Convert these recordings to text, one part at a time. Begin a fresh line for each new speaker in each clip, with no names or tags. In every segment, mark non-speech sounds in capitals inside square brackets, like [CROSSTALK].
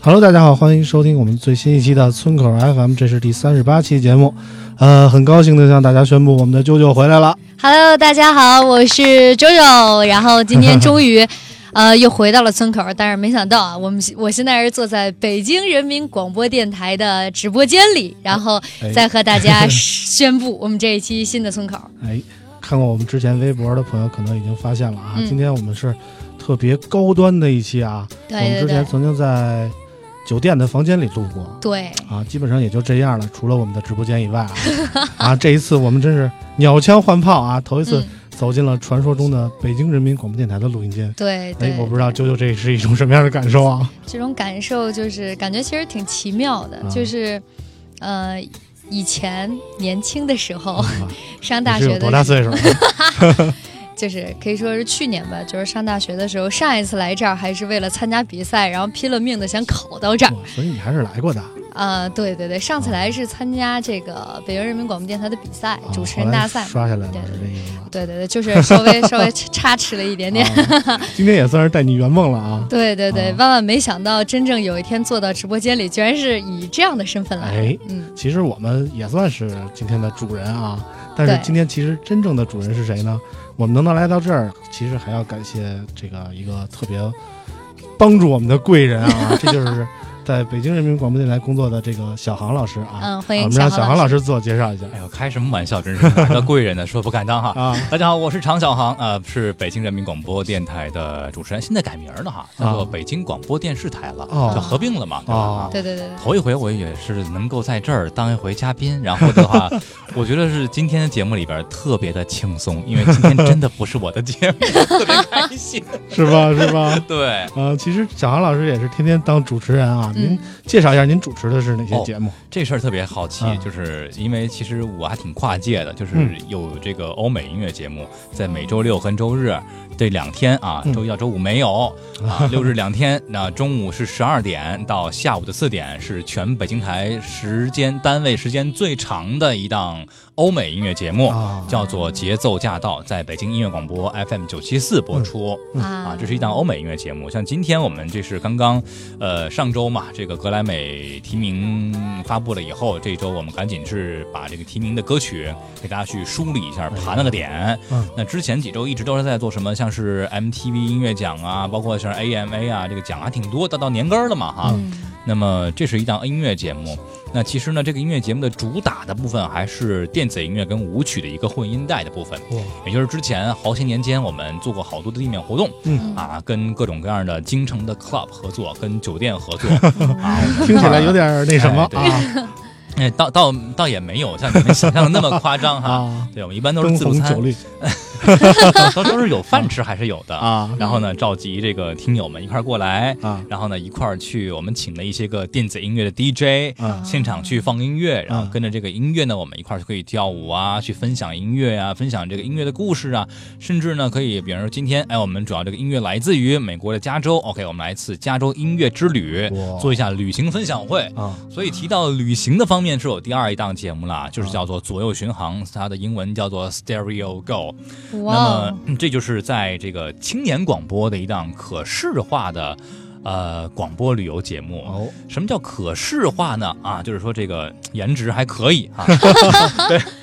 Hello，大家好，欢迎收听我们最新一期的村口 FM，这是第三十八期节目。呃，很高兴的向大家宣布，我们的啾啾回来了。
Hello，大家好，我是周周，然后今天
[LAUGHS]
终于，呃，又回到了村口，但是没想到啊，我们我现在是坐在北京人民广播电台的直播间里，然后
哎
再和大家宣布我们这一期新的村口。
哎，看过我们之前微博的朋友可能已经发现了啊，
嗯
今天我们是特别高端的一期啊。 [LAUGHS] 我们
对对
之前
对
曾经在酒店的房间里录过
对，
啊，基本上也就这样了，除了我们的直播间以外啊。
[LAUGHS]
啊，这一次我们真是鸟枪换炮啊，头一次
嗯，
走进了传说中的北京人民广播电台的录音间。
对
哎
对，，
我不知道啾啾这是一种什么样的感受啊？
这种感受就是感觉其实挺奇妙的，
啊
就是，呃，以前年轻的时候，
啊
上
你
[LAUGHS] 大
是
学
有多
的
大岁
[LAUGHS]
数啊？
就是可以说是去年吧，就是上大学的时候，上一次来这儿还是为了参加比赛，然后拼了命的想考到这儿。
哇所以你还是来过的。
啊、对对对，上次来是参加这个北京人民广播电台的比赛，
啊
主持人大
后
赛
来。刷下来了，
对
是这意思吗？
对对对，就是稍微稍微 [LAUGHS] 差池了一点点。
啊今天也算是带你圆梦了啊！
对对对
啊，
万万没想到，真正有一天坐到直播间里，居然是以这样的身份来。
哎，
嗯，
其实我们也算是今天的主人啊，但是
对
今天其实真正的主人是谁呢？我们能到来到这儿，其实还要感谢这个一个特别帮助我们的贵人啊，
[LAUGHS]
这就是在北京人民广播电台工作的这个小航老师啊。
嗯，欢
啊我
迎
们让
小
小
航
航老
师。
师自我介绍一下
哎呦，开什么玩笑，真是哪儿的贵人呢，说不敢当哈。 [LAUGHS]
[LAUGHS]
啊。
大家好，我是常小航，呃，是北京人民广播电台的主持人，现在改名儿了哈，叫做
啊
北京广播电视台了，
哦
就合并了嘛，对吧？
哦
对对对对，
头一回我也是能够在这儿当一回嘉宾，然后
[LAUGHS]
的话，我觉得是今天的节目里边特别的轻松，因为今天真的不是我的
[LAUGHS]
节目，特别开心。
是吧？是吧？
对，
呃，其实小航老师也是天天当主持人啊。您
嗯，
介绍一下您主持的是哪些
哦
节目？
这事儿特别好奇
嗯，
就是因为其实我还挺跨界的，就是
嗯
有这个欧美音乐节目，在每周六和周日这两天啊
嗯，
周一到周五没有啊，六日两天。那中午是十二点到下午的四点，是全北京台时间单位时间最长的一档欧美音乐节目
啊，
叫做《节奏驾到》，在北京音乐广播 FM 九七四播出。
嗯
啊
啊，
这是一档欧美音乐节目。像今天我们这是刚刚，呃，上周嘛，这个格莱美提名发布了以后，这周我们赶紧是把这个提名的歌曲给大家去梳理一下，盘了个点。
嗯
那之前几周一直都是在做什么，像是 MTV 音乐奖啊，包括像 AMA 啊，这个奖还挺多，到到年根儿了嘛哈。
嗯
那么这是一档音乐节目。那其实呢，这个音乐节目的主打的部分还是电子音乐跟舞曲的一个混音带的部分，
哇，
也就是之前好些年间我们做过好多的地面活动，
嗯
啊，跟各种各样的京城的 club 合作，跟酒店合
[LAUGHS]
作啊，
听起来有点儿那什么
哎对
啊
哎，倒倒倒也没有像你们想象的那么夸张哈。
啊，
对，我们一般 [LAUGHS] 都是
灯
自助
红
餐
酒，绿
都都是有饭吃还是有的。
啊
然后呢，召集这个听友们一块儿过来，
啊
然后呢一块儿去，我们请了一些个电子音乐的 DJ，
啊
现场去放音乐，然后
嗯
跟着这个音乐呢，我们一块儿就可以跳舞啊，去分享音乐啊，分享这个音乐的故事啊，甚至呢可以，比方说今天，哎，我们主要这个音乐来自于美国的加州，OK，我们来一次加州音乐之旅
哇，
做一下旅行分享会。
啊
所以提到旅行的方面，是有第二一档节目啦，
啊
就是叫做左右巡航，它的英文叫做 Stereo Go。
哇
那
哦
么，嗯这就是在这个青年广播的一档可视化的。呃，广播旅游节目，
哦
什么叫可视化呢？啊，就是说这个颜值还可以
[LAUGHS]
啊。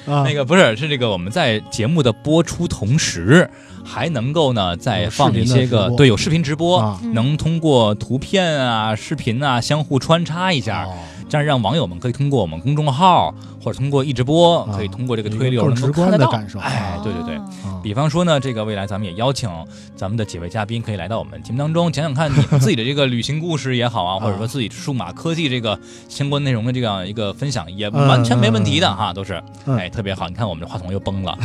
啊
那个不是，是这个我们在节目的播出同时，还能够呢再
有视
放
频
一
的
些
直
个
播
对
嗯
有视频直播，
啊
能通过图片啊、视频啊相互穿插一下。
哦
这样让网友们可以通过我们公众号或者通过一直播，
啊
可以通过这个
有一
推
个
流
更
能够
直观
看得
的
到
感受
哎
啊，
对对对。
哦
啊
比方说呢，这个未来咱们也邀请咱们的几位嘉宾可以来到我们节目当中，讲讲看你们自己的这个旅行故事也好啊，或者说自己数码科技这个相关内容的这样一个分享，也
嗯
完全没问题的哈，都是
嗯
哎特别好。你看我们这话筒又崩了，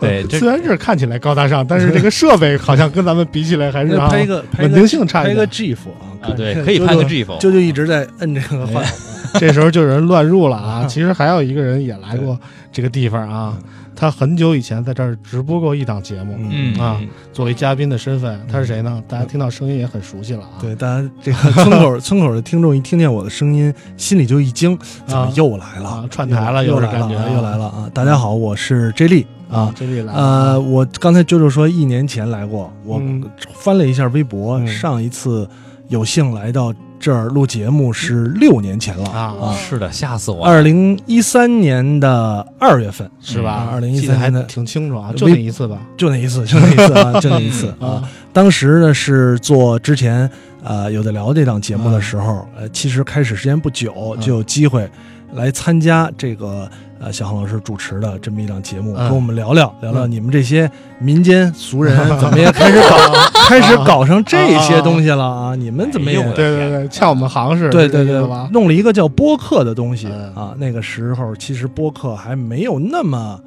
对，对
虽
这
然是看起来高大上，但是这个设
[LAUGHS]
备好像跟咱们比起来还是啊
拍一个拍一
稳
个
定性差
拍
一
一个
点。
GIF 啊
啊对，可以拍个 GIF，
就就一直在摁这个话筒，
这时候就有人乱入了啊！
[LAUGHS]
啊
其实还有一个人也来过这个地方啊，他很久以前在这儿直播过一档节目，
嗯
啊
嗯
作为嘉宾的身份，他是谁呢？大家听到声音也很熟悉了啊。
对，大家这个村口村口的听众一听见我的声音，心里就一惊，怎么又来了？
啊串台了
又
又是
来了
感觉
啊
啊
又来了啊！大家好，我是 J 莉啊。
这里来了
呃，我刚才舅舅说一年前来过，我
嗯
翻了一下微博，
嗯
上一次有幸来到这儿录节目是六年前了，
啊，
是的，吓死我了，
二零一三年的二月份，
是吧？
嗯2013
记得还
年的
挺清楚啊，
微
就那一次吧。
就那一次，就那一次
[LAUGHS]
啊，就那一次
嗯
啊。当时呢是做之前呃有的聊这档节目的时候，呃，其实开始时间不久
嗯
就有机会来参加这个呃小航老师主持的这么一档节目，
嗯
跟我们聊聊聊聊
嗯
你们这些民间
[LAUGHS]
俗人怎么也开始搞
啊
[LAUGHS]
开始搞成这些东西了啊？你们怎么也
哎呦
对对对，像我们行市，
对
是这
对
意思
对
吧，？
弄了一个叫播客的东西、
嗯
啊。那个时候其实播客还没有那么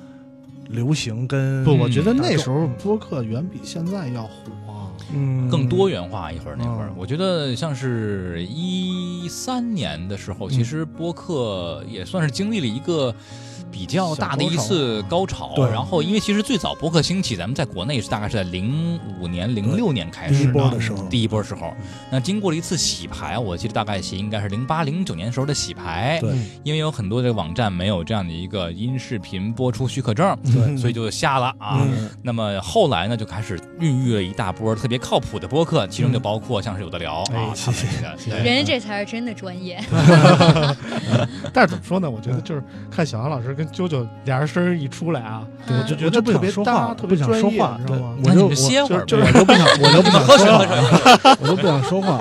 流行跟，
不，
嗯
我觉得那
大众
时候播客远比现在要火。啊
嗯，
更多元化一会儿那会儿
嗯，
我觉得像是一三年的时候，其实播客也算是经历了一个。比较大的一次高潮，
对
然后因为其实最早播客兴起，咱们在国内是大概是在零五年、零六年开
第一
始
波
的，
的时候，
第一波时候。那经过了一次洗牌，我记得大概是应该是零八、零九年时候的洗牌，
对
因为有很多的网站没有这样的一个音视频播出许可证，
对
所以就下了啊。
嗯
那么后来呢，就开始孕育了一大波特别靠谱的播客，其中就包括像是有的聊
哎
啊，
谢谢
他们这个对
人家这才是真的专业，
但是怎么说呢？我
嗯
觉得就是看小杨老师跟啾啾俩人声儿一出来啊，
嗯
我就觉得特别
说
搭，
话，
特
不
别
想
专
说
业，
话
你，知道吗？
我
那你
就
们歇会儿
就
呗，
我都不想，我都不想
喝
说
水喝
话，
水。
[LAUGHS] 我都不想说话。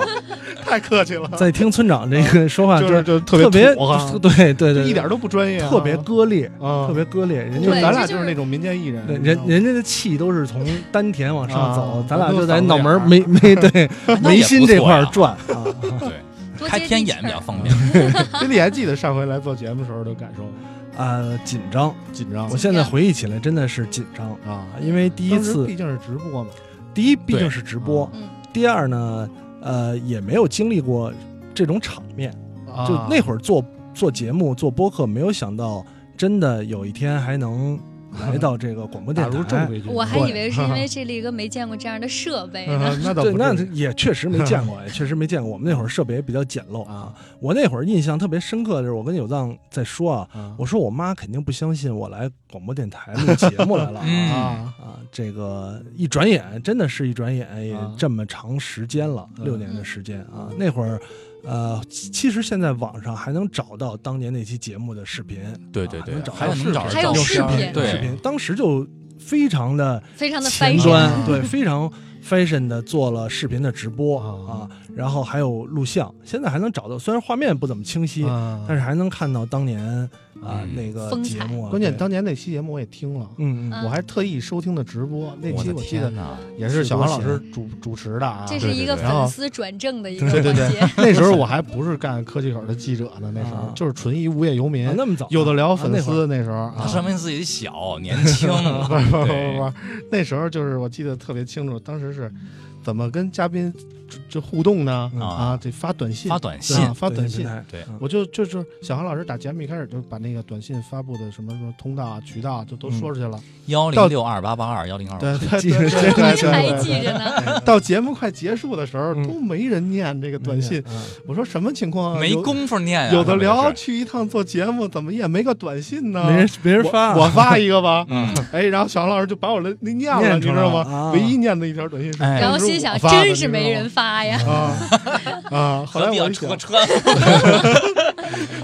太客气了，
在听村长这个说话，
就是就
就
特
特别
土啊，
对对
就
对，
一点都不专业啊，
特别割裂，
啊，
特别割裂。人
就
家
对
咱
这
俩
就
就是
是
那种民间艺人，
人
你知道吗
人人家的气都是从丹田往上走
啊，
咱俩
我
就
都
在
嗓子
脑
眼
门
儿
儿没没
[LAUGHS]
对眉心这块儿转啊。
对，
多
开
接
天
地
眼
气
比较
儿。
方便。
这你还记得上回来做节目时候的感受吗？
啊，紧张！
紧张
我现在回忆起来真的是紧张
啊，
啊，因为第一
当时
次
毕，竟是直播嘛，
第一毕竟是直播，
嗯，
第二呢，呃，也没有经历过这种场面，
啊
就那会儿做做节目、做播客，没有想到真的有一天还能来到这个广
[LAUGHS]
播
打
电
入正
台。
规军，
我还以为是因
[LAUGHS]
为这力哥没见过这样的设备呢。
嗯那倒
对，
不
那
至于
也确实没
[LAUGHS]
见过，也确实没见过。我们那会儿设备也比较简陋啊。我那会儿印象特别深刻的是，我跟有藏在说啊，
啊
我说我妈肯定不相信我来广播电台录节目来了
[LAUGHS]
嗯
啊。啊，这个一转眼，真的是一转眼，也
啊
这么长时间了，
嗯
六年的时间啊。那会儿，呃，其其实现在网上还能找到当年那期节目的视频，
对对
啊
对
能，找
还
到
能找
还有
照
哦视
片
频
对
视频当时就非常的
非常的
前
fashion，
端
啊，
对，非
[LAUGHS]
常 fashion 的做了视频的直播
啊
啊，然后还有录像，现在还能找到，虽然画面不怎么清晰，
啊
嗯但是还能看到当年啊
嗯
那个
风采
节目啊，
关键
对
当年那期节目我也听了，
嗯嗯
嗯
我还特意收听的直播，那
我
期
的
我记得
天哪！
也是小王老师主主持的啊。
这
对
是
对
一个
对
然后
粉丝转正的一个
对
环
对对
节。 [LAUGHS]
那时候我还不是干科技口的记者呢，那时候
啊
就是纯一无业游民
啊，那么早啊
有的聊粉
啊
丝。那时候
他
啊，
说明自己小年轻，啊
不啊 [LAUGHS] 是不是不是
对
不是，那时候就是我记得特别清楚，当时是怎么跟嘉宾这这互动呢？
嗯
啊，得发短信，
发短
对
信
啊，
那
发
会儿
短信。
对
嗯
我就就就是小韩老师打节目一开始就把那个短信发布的什么什么通道啊、渠道啊，就都说出去了。
幺零六二八八二幺零二，
对对
记
对
着
对对 [LAUGHS]
这还
对
记
对
着呢，
对。到节目快结束的时候，
嗯
都没人念这个短信。
嗯
我说什么情况啊？
没
有
工夫念啊，
有的
他
聊
们这是。
去一趟做节目，怎么也没个短信呢？
没人没人发啊，
我，我发一个吧 [LAUGHS]
嗯，
哎，然后小王老师就把我的那念了，
念
你
出
知
来
道吗？
啊
唯一念的一条短信是，
哎
然后心想
我发的
真是没人发呀。
啊
[LAUGHS]
啊！后来
何必要
我一
扯
想，
车？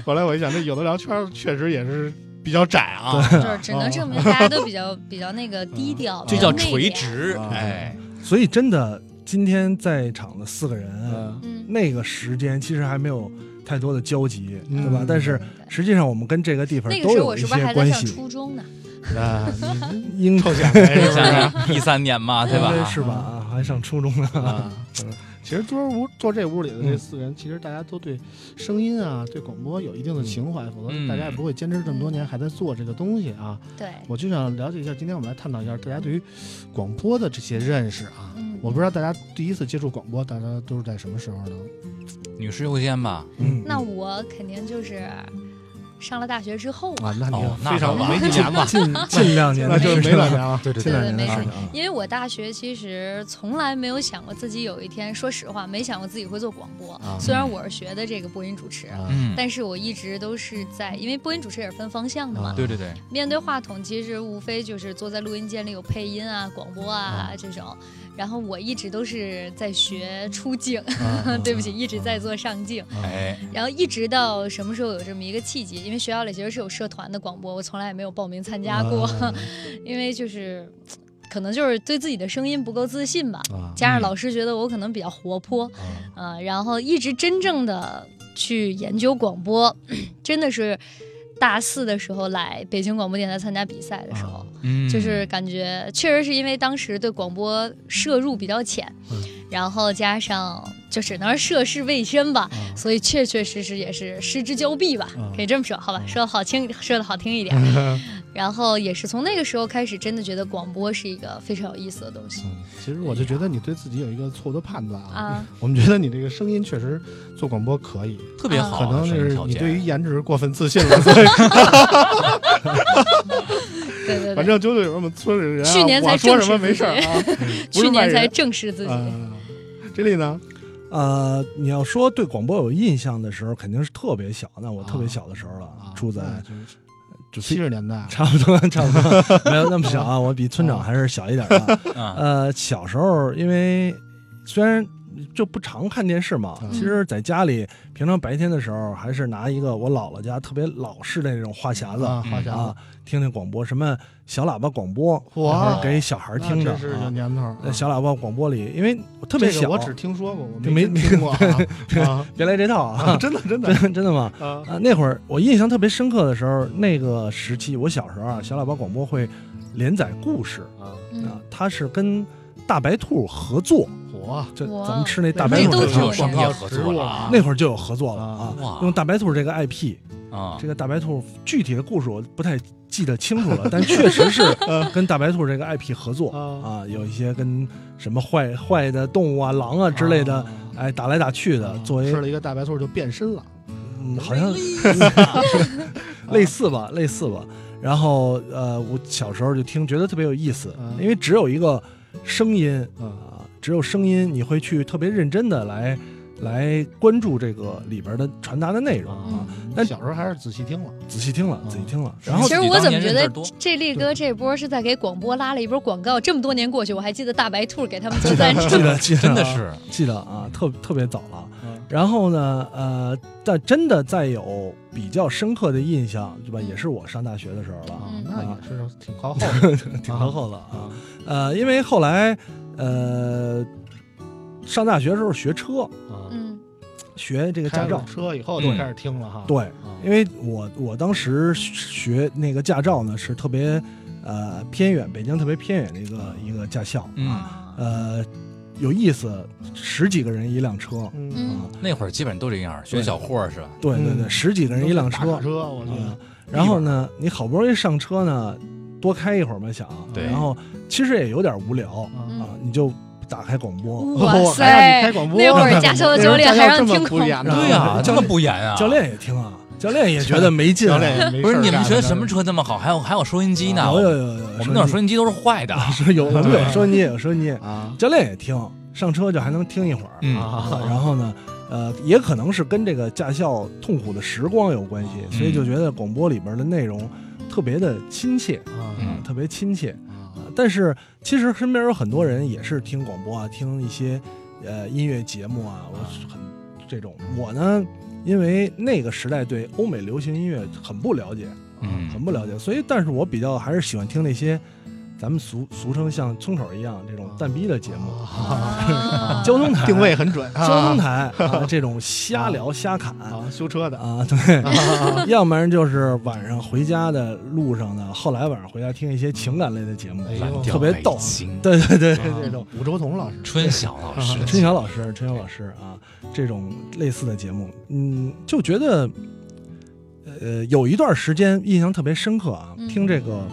后来我一想，这有的聊圈儿确实也是比较窄啊。
就是只能
[LAUGHS]
证明大家都比较比较那个低调，
这
比
叫
较内敛
垂。直
[LAUGHS] 啊，
哎，
所以真的今天在场的四个人，
嗯
嗯，
那个时间其实还没有太多的交集，
嗯
对吧？但是实际上我们跟这个地方
那个
都
时候
有
我
一
是不是
些
还在
关
上
系，
初中呢？
啊，[LAUGHS]
哎
你
应
臭小子
你
是
想
不
想，一三年嘛，对吧？
是吧？啊，还上初中呢。
是？ [LAUGHS] 啊，其实桌屋坐这屋里的这四个人，其实大家都对声音啊，对广播有一定的情怀，否则
嗯
大家也不会坚持这么多年还在做这个东西啊。
对，
我就想了解一下，今天我们来探讨一下大家对于广播的这些认识啊。
嗯
我不知道大家第一次接触广播，大家都是在什么时候呢？
女士优先吧。
嗯，？
那我肯定就是上了大学之后
啊，那
哦
你
那
非常
可晚
没几年吧
近近两年
那
的
就
事
是
情了，
没两年了。
对对
对
两年
没
的事
事
情啊。
因为我大学其实从来没有想过自己有一天，说实话，没想过自己会做广播。
[LAUGHS] 啊
虽然我是学的这个播音主持，
啊
嗯，
但是我一直都是在，因为播音主持也是分方向的嘛。
啊
对对对，
面对话筒，其实无非就是坐在录音间里有配音啊、广播啊、
啊
这种。然后我一直都是在学出镜，
啊
[LAUGHS] 对不起，一直在做上镜。
哎，
然后一直到什么时候有这么一个契机？因为学校里其实是有社团的广播，我从来也没有报名
啊
参加过，
嗯
[LAUGHS] 因为就是可能就是对自己的声音不够自信吧， [LAUGHS]
啊
加上老师觉得我可能比较活泼，
啊
啊，然后一直真正的去研究广播，真的是大四的时候来北京广播电台参加比赛的时候，
啊
嗯，
就是感觉确实是因为当时对广播摄入比较浅，
嗯
然后加上就只能涉世未深吧，
啊
[LAUGHS] 所以确确实实也是失之交臂吧，
啊
可以这么说，好吧，
啊嗯
说的好听，说的好听一点。然后也是从那个时候开始，真的觉得广播是一个非常有意思的东西
嗯 [LAUGHS] 其实我就觉得你对自己有一个错误的判断啊。
啊。
我们觉得你这个声音确实做广播可以，
特
哦
别好
可
啊，
能
声音
是
条
你
件
对于颜值过分自信了，所以
对
[LAUGHS]
对
反
对，
正九九有我们村里人啊，
去年才
我说
正
什
视
么没
自
事儿
己
啊，
[LAUGHS]
不
去
是外
年才
人。
正视自己。
啊，这里呢，
呃，你要说对广播有印象的时候，肯定是特别小。那我特别小的时候了
啊，
住在
那就是
就
七十年代，
[LAUGHS] 差不多，差不多，没有那么小啊，我比村长还是小一点儿啊。
嗯
[LAUGHS] 呃，小时候因为虽然就不常看电视嘛
嗯，
其实在家里平常白天的时候，还是拿一个我姥姥家特别老式的那种话匣子
啊，花匣
啊
子，，
听听广播，什么小喇叭广播，
哇
然后啊给小孩儿听着
那真啊是有
啊。
年头儿啊。
那小喇叭广播里，因为我特别
这
小
个，我只听说过，我
没
真听过啊
别来这套
啊 [LAUGHS] 啊，
[LAUGHS] 啊，
真的真的
真真的吗？
啊
啊，那会儿我印象特别深刻的时候，那个时期，我小时候啊，小喇叭广播会连载故事
啊，
嗯
啊，它是跟大白兔合作，
火啊
这
哇
咱们吃那大白
那
兔
都
的
是
糖
有
水
广
年
告
代
合作了啊，
那会儿就有合作了啊
哇，
用大白兔这个 IP，
啊
这个大白兔具体的故事我不太记得清楚了，但确实是跟大白兔这个 IP 合作
啊
啊，有一些跟什么坏坏的动物啊、狼啊之类的
啊，
哎，打来打去的
啊，
作为
吃了一个大白兔就变身了，
嗯，好像 [LAUGHS] 类似吧，类似吧。然后呃，我小时候就听，觉得特别有意思，
嗯
因为只有一个声音
嗯
啊，只有声音，你会去特别认真的来来关注这个里边的传达的内容啊
啊，
但
小时候还是仔细听了，
仔细听了，
嗯
仔细听了。
是
然后
其实
自己
我
当
怎么
年
觉
认字
得
儿多
这力哥这波是在给广播拉了一波广告？这么多年过去，我还记得大白兔给他们做赞助
[LAUGHS]
记 [LAUGHS] 得记得
[LAUGHS] 真的是
记得啊，特特别早了。
嗯
然后呢，呃，但真的再有比较深刻的印象，对吧？
嗯
也是我上大学的时候了啊，
啊
嗯，
那也是挺靠后的，
挺靠后的啊。
啊
呃，因为后来，呃，上大学的时候学车，
啊，
嗯
学这个驾
开
照
了。车以后就开始听了哈，
对，
啊，
因为我我当时学那个驾照呢，是特别呃偏远，北京特别偏远的一个一个驾校。
嗯。
啊，
呃，有意思，十几个人一辆车。
嗯，
嗯
那会儿基本都这样，学
对
小货儿是吧？
对对对，
嗯
十几个人一辆
都
车
是大卡。车我觉得
嗯然后呢，你好不容易上车呢，多开一会儿嘛，想。
对
然后其实也有点无聊
啊，
啊，你就打开广播。
哇
我还让哦哎你
塞
开！广播呢，
那会儿驾校的
那
九
时候
点
驾校
还让
这么
听
不
广
严
播，
呢
对呀，
教
这
练
么不严啊！
教练也听啊，教练也觉得没劲啊。
教练也没
不
事
是
儿
你们
干
学什
当
么
时
车那么好？还有还有收音机呢？
有啊有有有，
我们那会儿收音机都是坏
[LAUGHS]
的。
说有对收音机有收音机，
啊
教练也听，上车就还能听一会儿。
嗯
啊
啊
然后呢，呃，也可能是跟这个驾校痛苦的时光有关系，
嗯
所以就觉得广播里边的内容特别的亲切，
啊
嗯
特别亲切。
啊
但是其实身边有很多人也是听广播啊，听一些呃音乐节目啊，我是很这种。我呢，因为那个时代对欧美流行音乐很不了解，
嗯
很不了解，所以但是我比较还是喜欢听那些咱们俗俗称像村口一样这种蛋逼的节目，
[LAUGHS]
[LAUGHS]
啊
交通台
定位很准，啊
交通台啊这种瞎聊瞎侃
啊，修车的，
啊， [LAUGHS] 对，要不然就是晚上回家的路上呢，后来晚上回家听一些情感类的节目，
哎呦
蓝调
特别
北
逗
京
[LAUGHS] 对对
哎
对对
啊，
这种
武周彤老师，
[LAUGHS] 春晓老师的
啊春晓老师、春晓老师啊，这种类似的节目，嗯，就觉得，呃，有一段时间印象特别深刻啊
嗯，
听这个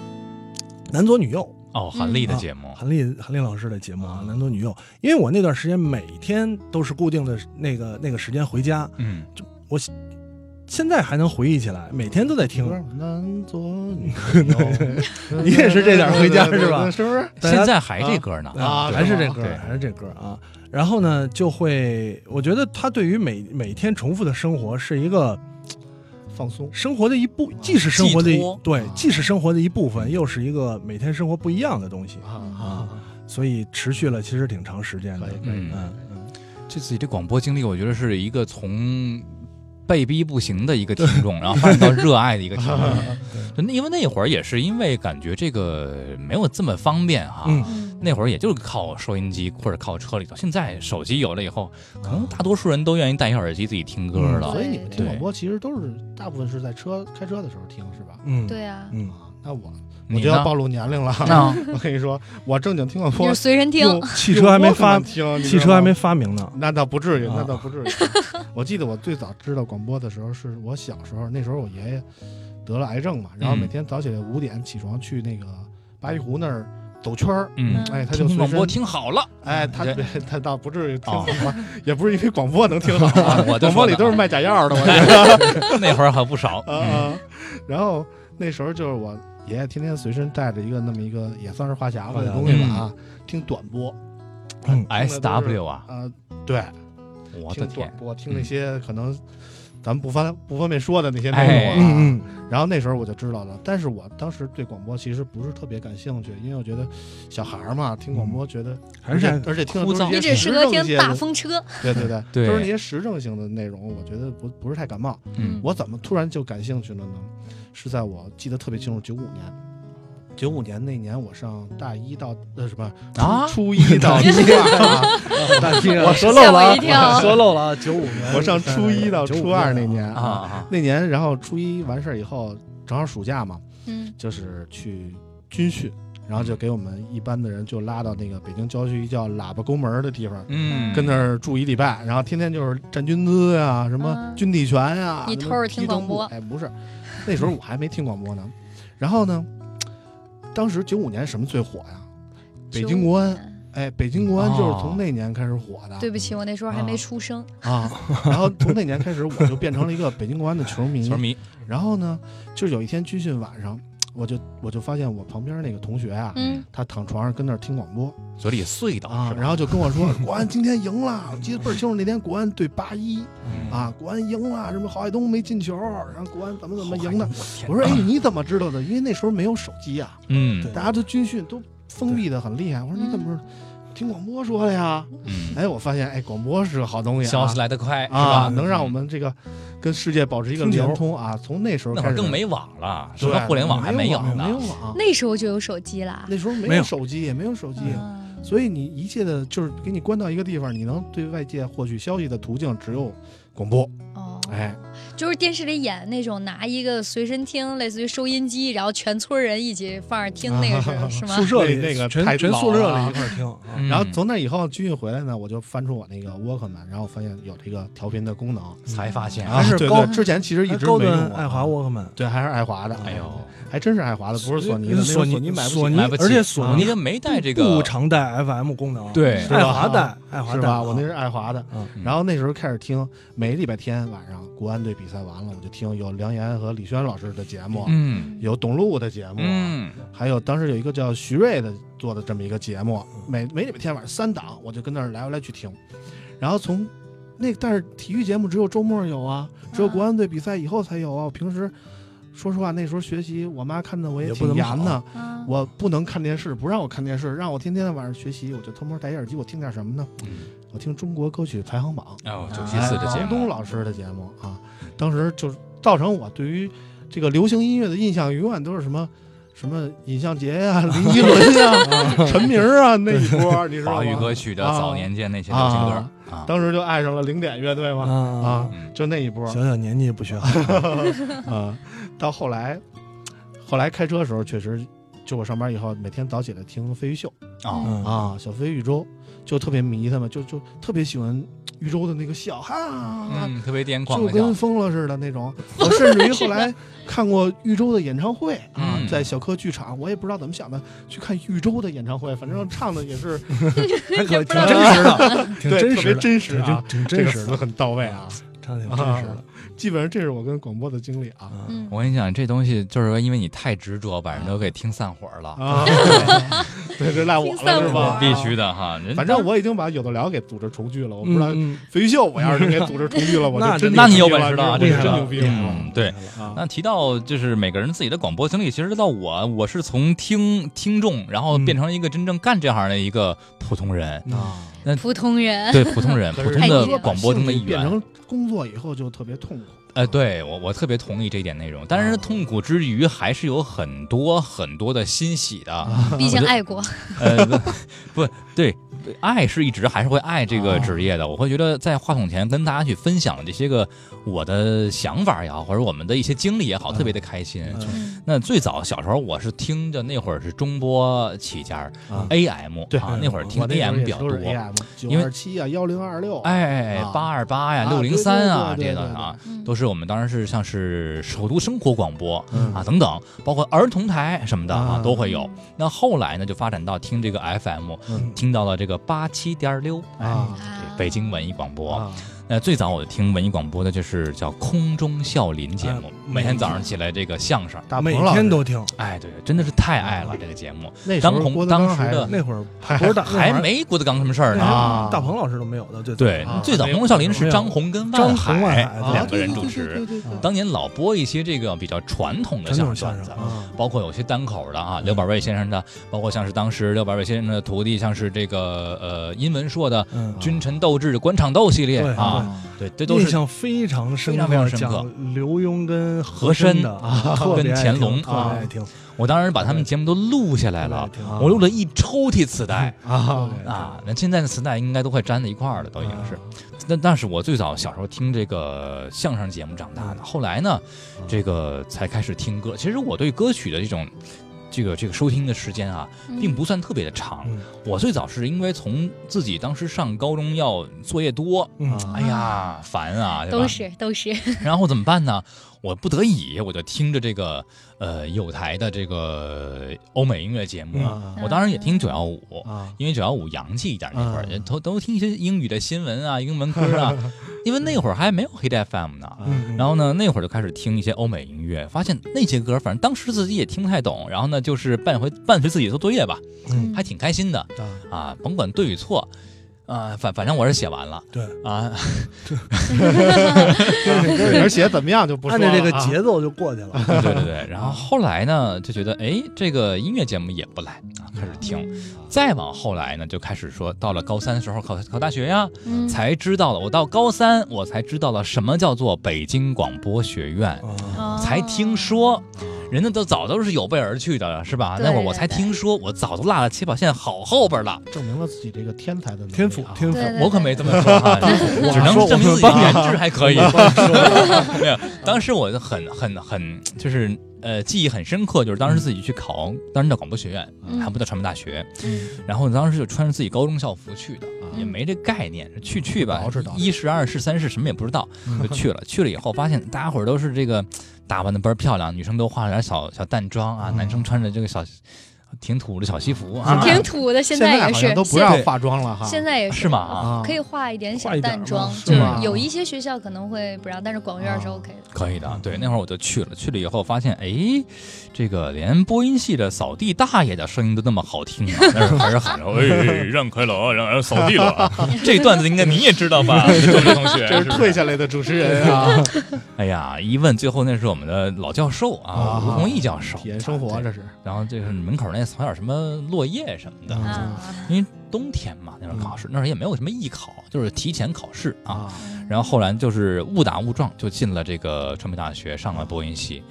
男左女右
哦，韩立的节目，
韩立韩立老师的节目啊，男左女右，因为我那段时间每天都是固定的那个那个时间回家，
嗯，
现在还能回忆起来，每天都在听。
男左女右，
你也是这点儿回家
对对对
是吧
对是不是？
大家
现在还这歌呢，
啊
还是这歌
对
儿，嗯还是这歌儿啊。然后呢，就会我觉得他对于每每天重复的生活是一个
放松，
生活的一部，既是生活的
寄
一
托
对
啊，
既是生活的一部分，又是一个每天生活不一样的东西，
啊，
所以持续了其实挺长时间的
可以。可以
嗯，
嗯，嗯
这自己这广播经历，我觉得是一个从被逼不行的一个听众，然后发展到热爱的一个听众。就那因为那会儿也是因为感觉这个没有这么方便哈、
嗯
嗯
那会儿也就是靠收音机或者靠车里头。现在手机有了以后，可能大多数人都愿意戴一下耳机自己听歌
嗯
了。
所以你们听
对
广播其实都是大部分是在车开车的时候听是吧？
嗯，
对啊，
嗯，
啊，那我我
你
就要
呢？
暴露年龄了。
那
[LAUGHS] 我跟你说，我正经听广
你
播 [LAUGHS]
是，随身听
用
汽车还没发
用，Walkman 听，
汽车还没
你知道吗。
发明呢。
那倒不至于，
啊
那倒不至于。 [LAUGHS] 我记得我最早知道广播的时候，是我小时候，那时候我爷爷得了癌症嘛，然后
嗯
每天早起来五点起床去那个八一湖那儿走圈儿，
嗯，
哎， [LAUGHS] 他就
听听
随
广播
身
听好了，
哎，他
这
他倒不至于听
哦，
好了， [LAUGHS] 也不是因为广播能听好 [LAUGHS] 啊
我就
广播里
说呢
都是卖假药的，我觉得。
[LAUGHS] 那会儿还不少。
啊
嗯
啊！然后那时候就是我爷爷天天随身带着一个那么一个也算是话匣子的东西吧啊，听短波
嗯
，S W 啊，
啊，对，
我的
听
天
短，波，听那些可能咱们不方不方便说的那些内
哎
容啊。
嗯嗯，
然后那时候我就知道了，但是我当时对广播其实不是特别感兴趣，因为我觉得小孩儿嘛听广播觉得，
还
而且
是
而且听的
枯
都是
燥
一些
你只
时
适合
政一
听
些
大
的
风车，
对对对，
对
都是那些时政性的内容，我觉得不不是太感冒。
嗯
我怎么突然就感兴趣了呢？是在我记得特别清楚，九五年，九五年那年我上大一到呃什么
啊
初一到初二， [LAUGHS]
大听，
我
说
漏
漏
了
了
啊吓我一跳
啊，说漏了啊，九五年，
我上初一到初二那年
啊啊，啊，
那年然后初一完事儿以后，正好暑假嘛，
嗯
就是去军训，然后就给我们一班的人就拉到那个北京郊区一叫喇叭沟门儿的地方。
嗯，
跟那儿住一礼拜，然后天天就是站军姿啊，什么
啊
军体拳啊，
你
什么
偷着听
踢
广
正步
播
哎，不是，那时候我还没听广播呢。然后呢，当时九五年什么最火呀？北京国安，哎，北京国安就是从那年开始火的。
对不起，我那时候还没出生，
啊，然后从那年开始，我就变成了一个北京国安的球迷。
球迷，
然后呢，就是有一天军训晚上，我就我就发现我旁边那个同学啊，
嗯，
他躺床上跟那儿听广播。
嘴里碎的
啊，然后就跟我
[LAUGHS]
说国安今天赢了，我记得倍儿清楚，那天国安对八一
嗯
啊，国安赢了，什么郝海东没进球，然后国安怎么怎么赢的。我
啊
说哎，你怎么知道的？因为那时候没有手机啊，
嗯
对
大家都军训都封闭的很厉害。我说你怎么知道？听广播说的呀。
嗯，
哎，我发现哎，广播是个好东西
消
啊
息来得快是
啊，
吧？
能让我们这个跟世界保持一个
听球
联通啊。从那时候
那
开
会
始
儿更没网了，什
对
么互联网还
没
有
网没有
呢。
网，
那时候就有手机啦。
啊那时候
没
没
有
有手机，也没有手机。
啊
所以你一切的，就是给你关到一个地方，你能对外界获取消息的途径只有广播。
哦，
哎，
就是电视里演那种拿一个随身听，类似于收音机，然后全村人一起放着听那个是、是吗
宿？舍里
那那个
全
太
全
老
宿舍
了
里
啊
一块
[LAUGHS]
儿听啊，
嗯
然后从那以后军训回来呢，我就翻出我那个 Walkman，然后发现有这个调频的功能。啊
才发现，
哎还是
对
高
对，之前其实一直
高
没用啊
端
过
爱华沃克曼，
对，还是爱华的。
哎呦，
还真是爱华的，不是索尼的。那时候
索
索
尼
买不起
索尼
买不起，
而且索尼
就没带这
不
个，
常带 FM 功能，
对
是吧
爱华带，爱华
是
带
吧？
啊，
我那是爱华的。
啊，
嗯
然后那时候开始听，每礼拜天晚上国安队比赛完了，我就听有梁岩和李轩老师的节目，
嗯
有董路的节目，
嗯，
还有当时有一个叫徐瑞的做的这么一个节目，
嗯
每每礼拜天晚上三档，我就跟那儿来回来去听。然后从那但是体育节目只有周末有啊，只有国安队比赛以后才有啊。我平时说实话，那时候学习，我妈看的我
也不
挺
怎么
严的，
啊
我不能看电视，不让我看电视，让我天天晚上学习，我就偷摸戴一耳机，我听点什么呢？
嗯
我听中国歌曲排行榜，
哎呦，九七
哎
四的节
王东
目，
老师的节目啊，当时就是造成我对于这个流行音乐的印象永远都是什么。什么尹相杰呀、林依轮
[LAUGHS]
呀、陈明儿啊那一波，你知道
华语
吗
歌？曲的
啊
早年间那些流行歌
啊
啊，
当时就爱上了零点乐队嘛，啊
啊，
嗯
就那一波
小小年纪不
[LAUGHS]
学好，
啊。到后来，后来开车的时候，确实就我上班以后，每天早起来听飞鱼秀
哦，
嗯，
啊，小飞禹州，就特别迷他们，就就特别喜欢禹州的那个笑，哈、
嗯，特别癫狂
就
的笑
跟，疯了似的那种。我甚至于后来看过豫州的演唱会啊，
[LAUGHS] 嗯
在小柯剧场，我也不知道怎么想的，去看豫州的演唱会，反正唱的也是
还可以挺
不知道
真实的，挺
对
真
特别
实的，
真实啊，
[LAUGHS] 挺
这
真
个
实
词啊
的，
很到位啊。
唱的挺真实的，
基本上这是我跟广播的经历啊
啊嗯，
嗯，
我跟你讲，这东西就是说，因为你太执着，把人都给听散伙了，
啊，对，这赖我
听散
了
伙
是吧？
必须的哈。人
啊反正我已经把有的聊给组织重聚了，我不知道
嗯
肥秀，我要是给组织重聚了，
[LAUGHS]
我就
那
真
那
你
牛
有
逼
本事了啊
这
这
是
是
真牛逼
嗯
了
对。
啊！
那提到就是每个人自己的广播经历，其实到我，我是从听听众，然后
嗯
变成一个真正干这行的一个普通人，
啊，
[LAUGHS] 普通
[LAUGHS]
[LAUGHS] 人，
对普通人，
可
普
是
通
太
的
低了
广播中的一
变
员。
成工作以后就特别痛苦。
呃，对我我特别同意这一点内容，
哦
但是痛苦之余还是有很多很多的欣喜的。
啊
毕竟爱过，
呃， [LAUGHS] 不不对，爱是一直还是会爱这个职业的。
哦
我会觉得在话筒前跟大家去分享这些个我的想法也好，或者我们的一些经历也好，特别的开心。
嗯
那最早小时候我是听着那会儿是中波起家儿
啊
，AM
对
啊，那会儿听
我那时候
AM
也
比较
都
多
是，AM 九
因为
二七啊，幺零二六，
哎
啊，
八二八呀，
啊
六零三啊，这
对对对对
些东西
对对
啊，
嗯
都是我们当时是像是首都生活广播
嗯
啊等等，包括儿童台什么的啊
啊
都会有。那后来呢，就发展到听这个 FM，
嗯
听到了这个八七点六哎
啊
啊
北京文艺广播。
啊
那最早我听文艺广播的就是叫空中笑林节目
啊，
每天早上起来这个相声。
大
每
鹏老师
天都听，
哎，对，真的是太爱了这个节目，
那时候
当红
郭德纲
当时
还
的
那会儿不是大
还没郭德纲什么事儿
那会儿
呢。
啊
大鹏老师都没有的，最早
对
啊，
最早《空中笑林》是张红跟万
张红万
海
海
啊
两个人
对
主
对
持，
对对对
当年老播一些这个比较传统的
传
相
统
声
相
段子
声。
啊
包括有些单口的
嗯
啊，刘宝瑞先生的，包括像是当时刘宝瑞先生的徒弟，像是这个呃殷文硕的
嗯
《君臣斗智》《官场斗》系列
对
啊，
啊
对，这都
印
是
象非常深刻，
非常非常深刻
讲刘墉跟
和
和
珅
珅的啊，特别
跟
爱
乾
听
隆
特别爱听，
我当时把他们节目都录下来了
特别爱，
啊
我录了一抽屉磁带
啊
听
啊，那现在的磁带应该都快粘在一块儿了，都已经
啊
是。那但是我最早小时候听这个相声节目长大
嗯
的，后来呢，这个才开始听歌。其实我对歌曲的这种。这个这个收听的时间啊，
嗯
并不算特别的长。
嗯
我最早是因为从自己当时上高中要作业多，
嗯
啊
哎呀烦啊，对吧
都是都是，
然后怎么办呢？我不得已，我就听着这个呃有台的这个欧美音乐节目，
啊
我当然也听九幺五，
啊
因为九幺五洋气一点那会儿，
嗯
都都听一些英语的新闻啊、英文歌
[LAUGHS]
啊，因为那会儿还没有 Hit FM 呢。
嗯，
然后呢，那会儿就开始听一些欧美音乐，发现那些歌，反正当时自己也听不太懂，然后呢，就是伴回伴随自己做作业吧，
嗯
还挺开心的
啊
嗯
啊，甭管对与错，啊，反反正我是写完了
对，
啊，
这里边写怎么样就不说
按
了
照
啊
这个节奏就过去了，
嗯对对对
[LAUGHS]
对。然后后来呢，就觉得哎，这个音乐节目也不赖啊，开始
嗯
听。再往后来呢，就开始说到了高三的时候考考大学呀，
嗯
才知道了。我到高三，我才知道了什么叫做北京广播学院，
啊
哦
才听说。人家都早都是有备而去的了，是吧？
对
那会儿我
对
才
对
听说，我早都落了起跑线好后边了。
证明了自己这个天才的能力啊
天赋天赋
对，对
我可没这么说
[LAUGHS]
啊，只能证明自己颜值还可以。 [LAUGHS] 没有，当时我很很很就是呃记忆很深刻，就是当时自己去考，当时叫广播学院，
嗯
还不叫传媒大学，
嗯
然后当时就穿着自己高中校服去的。
啊
也没这概念，去去吧
捯饬捯，饬
一试二试三试什么也不知道，
嗯
就去了。去了以后发现大家伙儿都是这个打扮的倍儿漂亮，女生都化了点小小淡妆啊，男生穿着这个小挺土的小西服啊，
挺土的，现
现在
也
好像
是，
都不
现
让化妆了哈。
现在也
是吗？啊，
啊
可以化一点小
化一点
淡
嘛
妆，
是
就是
吧
有一些学校可能会不让，但是广院是
啊
OK 的。
可以的，对，那会儿我就去了，去了以后发现，哎，这个连播音系的扫地大爷的声音都那么好听 [LAUGHS] 啊！那时候还是喊着，哎，让开了啊，让让扫地了啊！ [LAUGHS] 这段子应该你也知道 [LAUGHS] 吧，周志同学？
这是
是不是
退下来的主持人啊，
哎呀，一问，最后那是我们的老教授啊，
啊
吴宏毅教授。
体验生活
对
这是
然后这是门口那那扫点什么落叶什么的，
嗯
啊，
因为冬天嘛，那时候考试，那时候也没有什么艺考，就是提前考试啊。
啊，
然后后来就是误打误撞就进了这个传媒大学，上了播音系，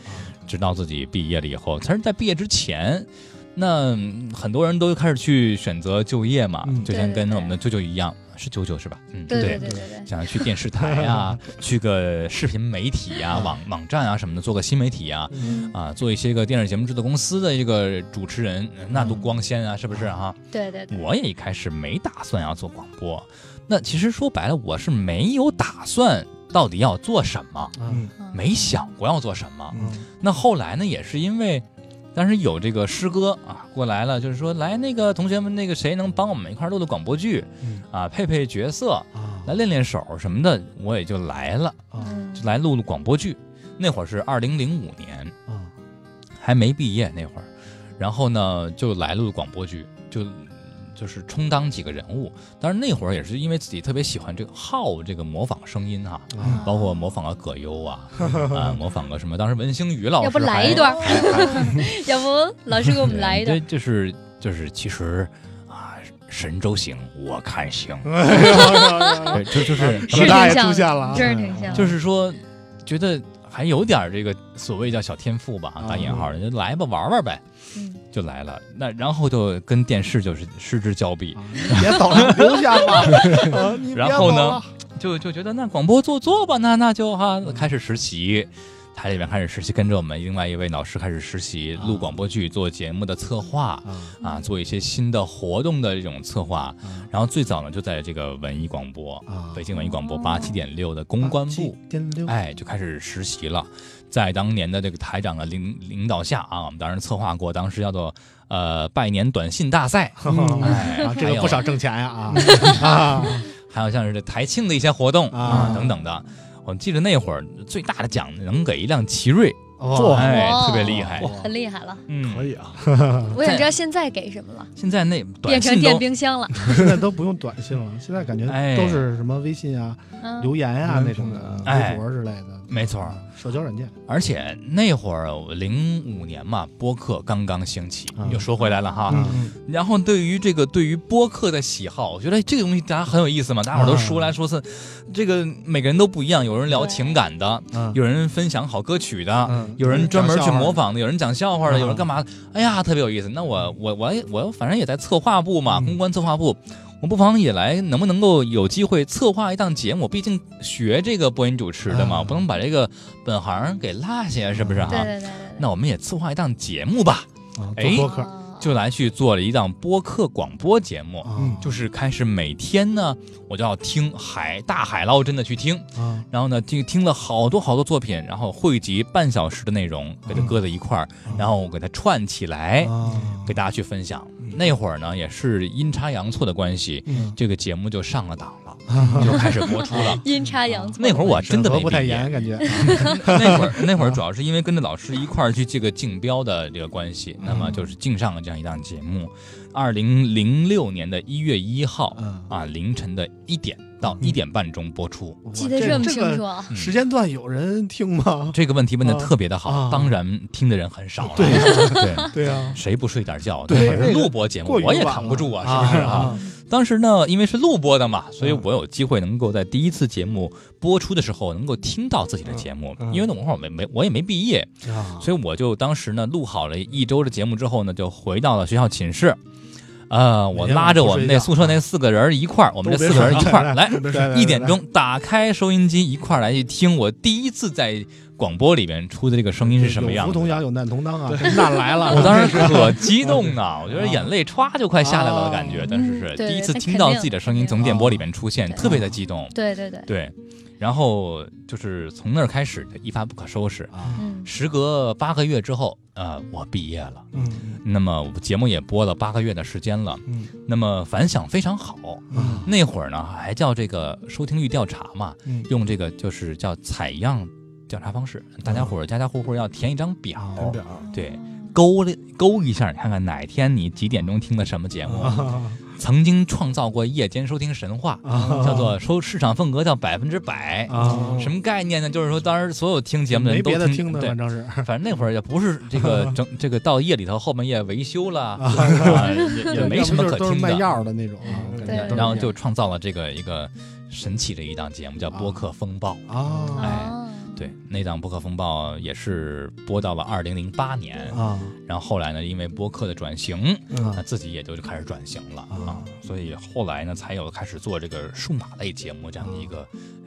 直到自己毕业了以后，但是在毕业之前。那嗯很多人都开始去选择就业嘛，
嗯
就像跟我们的舅舅一样，是舅舅是吧？嗯，
对对对对对，
想去电视台
[LAUGHS]
啊，去个视频媒体啊、网网站啊什么的，做个新媒体啊，
嗯，
啊，做一些个电视节目制作公司的一个主持人，
嗯
那多光鲜啊，是不是啊？
对对对，
我也一开始没打算要做广播，那其实说白了，我是没有打算到底要做什么，
嗯
嗯
没想过要做什么。
嗯
那后来呢，也是因为当时有这个师哥啊过来了，就是说来那个同学们，那个谁能帮我们一块儿录录广播剧
嗯
啊，配配角色，
啊
来练练手什么的，我也就来了，
啊
嗯
就来录录广播剧。那会儿是二零零五年，
啊
还没毕业那会儿，然后呢就来录广播剧，就就是充当几个人物。但是那会儿也是因为自己特别喜欢这个好这个模仿声音哈、
啊
包括模仿个葛优
[LAUGHS]
啊，啊模仿个什么，当时文星宇老师
要不来
还
一段儿， [LAUGHS] 要不老师给我
[LAUGHS]
们
对
来一段儿
这，就是就是其实啊，神州行我看行，
啊
对，就就是
是挺
大爷
像
出
的
现了啊，
真是挺像的，
就是说，觉得还有点儿这个所谓叫小天赋吧，
啊
打引号，就来吧，玩玩呗，
嗯
就来了。那然后就跟电视就是失之交
啊
臂，
别走了，留下
[LAUGHS]
吧。啊你别
啊然后呢
走了？
就就觉得那广播做做吧，那那就哈、开始实习。台里面开始实习，跟着我们另外一位老师开始实习，
啊
录广播剧、做节目的策划
啊
啊，做一些新的活动的这种策划
啊。
然后最早呢，就在这个文艺广播，
啊
北京文艺广播
哦
八七点六的公关部
电溜，
哎，就开始实习了。在当年的这个台长的领领导下啊，我们当时策划过，当时叫做呃拜年短信大赛，
嗯
[LAUGHS] 哎
[LAUGHS] 啊，这
还
个
有
不少挣钱呀 [LAUGHS] 啊啊！
还有像是这台庆的一些活动
啊
啊等等的。我记得那会儿最大的奖能给一辆奇瑞，
哇
哎，
哇
特别厉害。
很厉害了。
可
嗯，
以啊，
我想知道现在给什么了，
现在那
变
短
成
信
电
都
冰箱了。
现在都不用短信了，现在感觉
哎
都是什么微信啊、
嗯，
留言啊
嗯
那种的，
哎
微博之类的，啊
没错儿。
社交软件
而且那会儿零五年嘛，播客刚刚兴起
啊，
又说回来了哈。
嗯
然后对于这个对于播客的喜好，我觉得这个东西大家很有意思嘛，大家伙儿都说来说去，这个每个人都不一样，有人聊
对
情感的，
嗯
有人分享好歌曲的。
嗯
有人专门去模
仿
仿的，有人讲笑话的，
嗯
有人干嘛的？哎呀，特别有意思。那我我我也我反正也在策划部嘛，
嗯
公关策划部，我不妨也来，能不能够有机会策划一档节目？毕竟学这个播音主持的嘛，
嗯
我不能把这个本行给落下，是不是
对
哈？
对对
啊
对
那我们也策划一档节目吧，
啊
哎
做播
对。
客，
啊
就来去做了一档播客广播节目。
哦
啊
就是开始每天呢，我就要听海大海捞针的去听，
啊
然后呢，听听了好多好多作品，然后汇集半小时的内容，给它搁在一块儿，然后我给它串起来，
啊
给大家去分享。那会儿呢，也是阴差阳错的关系，
嗯
这个节目就上了档了，就开始播出
[LAUGHS]
了。
阴差阳错。
那会儿我真的
审核
没
不太
毕业，
严，感觉啊
那会儿 [LAUGHS] 那会儿主要是因为跟着老师一块儿去这个竞标的这个关系，那么就是竞上了这样一档节目。二零零六年的一月一号
嗯
啊，凌晨的一点到
嗯
一点半钟播出。
记得这么清楚啊，
嗯
时间段有人听
[LAUGHS]
吗？
这个问题问的特别的
啊
好，当然听的人很少了。
对
[LAUGHS] 对，
对啊，
谁不睡点觉？
对
那会儿
那个
是录播节目
过于
我也
晚
扛不住
了
啊，是不是啊？
啊
当时呢，因为是录播的嘛，所以
嗯
我有机会能够在第一次节目播出的时候能够听到自己的节目，
嗯嗯
因为那会儿我没没我也没毕业，
啊
所以我就当时呢录好了一周的节目之后呢，就回到了学校寝室。呃，我
每天晚上
拉着我
不睡
们
觉
那宿舍那四个人儿一块儿，我们
都
这
别
四个人
睡
一块儿来
对对对
一点钟打开收音机一块儿来去听我第一次在广播里面出的这个声音是什么样
有
子
福同享，有难同当啊！
[LAUGHS]
那来了
我当时可激
[LAUGHS]
动呢，我觉得眼泪歘就快下来了的感觉，但是是
嗯对
第一次
那
听
肯
到
定
自己的声音
肯定哦
从电波里面出现，
对
特别的激动。
对对对，
对，然后就是从那儿开始一发不可收拾。
啊，
嗯，
时隔八个月之后，呃，我毕业了，
嗯
那么我节目也播了八个月的时间了，
嗯
那么反响非常好。
啊
那会儿呢，还叫这个收听率调查嘛，
嗯
用这个就是叫采样调查方式，大家伙儿家家户户要填一张表，
填
嗯
表
嗯
对，勾了勾一下，看看哪天你几点钟听的什么节目。
啊
曾经创造过夜间收听神话，
嗯
啊
嗯叫做收市场份额叫百分之百。
啊，
什么概念呢？就是说，当时所有听节目的
没
人都
别的
听
听的，
对
反，正是
反正那会儿也不是这个整这个到夜里头后半夜维修了，
[LAUGHS]
啊也也没什么可
要不就是都是
听
卖
的。嗯
药的那种啊，
对
感觉都是
然后就创造了这个一个神奇的一档节目，叫《播客风暴》。
啊
哎
哦，
对，那档《播客风暴》也是播到了二零零八年，
啊
然后后来呢，因为播客的转型，
嗯
啊
那自己也就开始转型了啊
啊，
所以后来呢，才有开始做这个数码类节目这样的一个，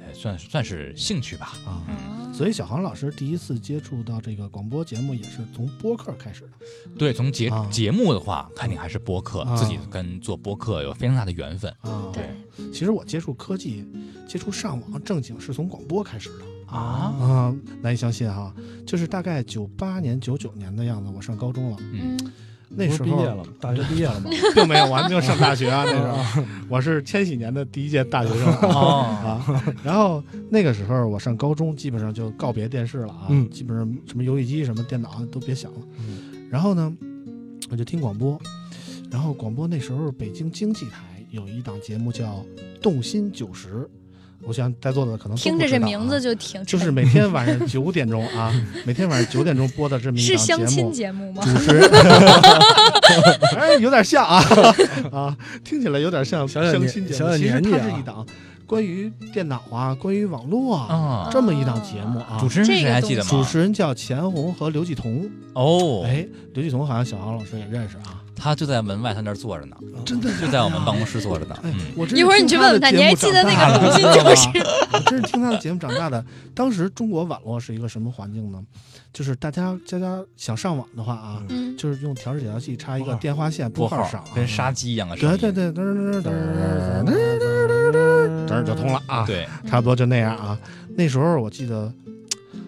呃，算是算是兴趣吧。
啊。
哦
所以小航老师第一次接触到这个广播节目，也是从播客开始的
对，从节
啊
节目的话，肯定还是播客，
啊
自己跟做播客有非常大的缘分
啊。
对，
其实我接触科技、接触上网正经是从广播开始的。
啊。
啊，难以相信哈、就是大概九八年、九九年的样子，我上高中了，
嗯
嗯，
那
不
时
是
候
毕业了吗？哦大学毕业了吗？
并没有，我还没有上大学
[LAUGHS]
啊，那时候我是千禧年的第一届大学生啊。
哦，
啊，然后那个时候我上高中，基本上就告别电视了啊，
嗯
基本上什么游戏机、什么电脑都别想了。
嗯
然后呢，我就听广播，然后广播那时候北京经济台有一档节目叫《动心九十》，我想在座的可能都
听
不
着
知
这
道啊
名字就挺
就是
沉
每天晚上九点钟啊， [LAUGHS] 每天晚上九点钟播的这么一
是
档
相
节
亲
目，
节目吗？
主持人， [LAUGHS] 哎，有点像啊啊，听起来有点像
小小
相
年
亲节
小
目，
小
其实
年纪
它
啊
是一档关于电脑啊、关于网络啊
啊，
这么一档节目啊。
主持人是
这
谁
个
还记得吗？
主持人叫钱红和刘继彤，
哦，
哎，刘继彤好像小航老师也认识啊，
他就在门外，他那儿坐着呢，
真的
就在我们办公室坐着呢。
哎
嗯，，
我真是
一会儿你去
听
问问
他
他，
的节
你还
目
记得
长
那
大
个
的
鲁
知
迅
[LAUGHS]
道吗
就是
我真是听他的节目长大的。当时中国网络是一个什么环境呢？就是大家家家想上网的话啊，
嗯
就是用调制解调器插一
拨
个
号
电话线，拨
拨
号
号
上啊，
跟杀鸡一样的声
对
音，
对对，噔噔噔噔噔噔噔噔就通了啊，
对，
差不多就那样啊。那时候我记得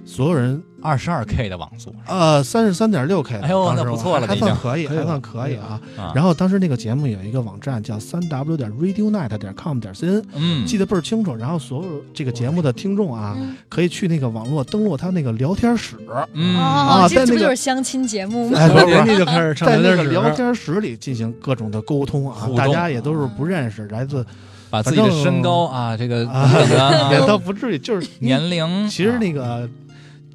所有人
二十二 K 的网速
呃三十三点六 K，
哎呦
当时
那不
我
错了
还
那已经
算可以，
可以了
还算可以啊。
啊。
然后当时那个节目有一个网站叫三 w 点 radio night 点 com 点 cn，
嗯，
记得倍儿清楚。然后所有这个节目的听众啊，
嗯
可以去那个网络登录他那个聊天室，
嗯
哦，
在
这这
那
不就
个
是相亲节目吗？
啊哎，不是不是
人家就开始上
在那
聊
个
天
聊
室，
天室里进行各种的沟通啊
互，动
大家也都是不认识，来自
把自己的身高啊，这个
啊
等等啊
也倒不至于，就是
[LAUGHS] 年龄，啊
其实那个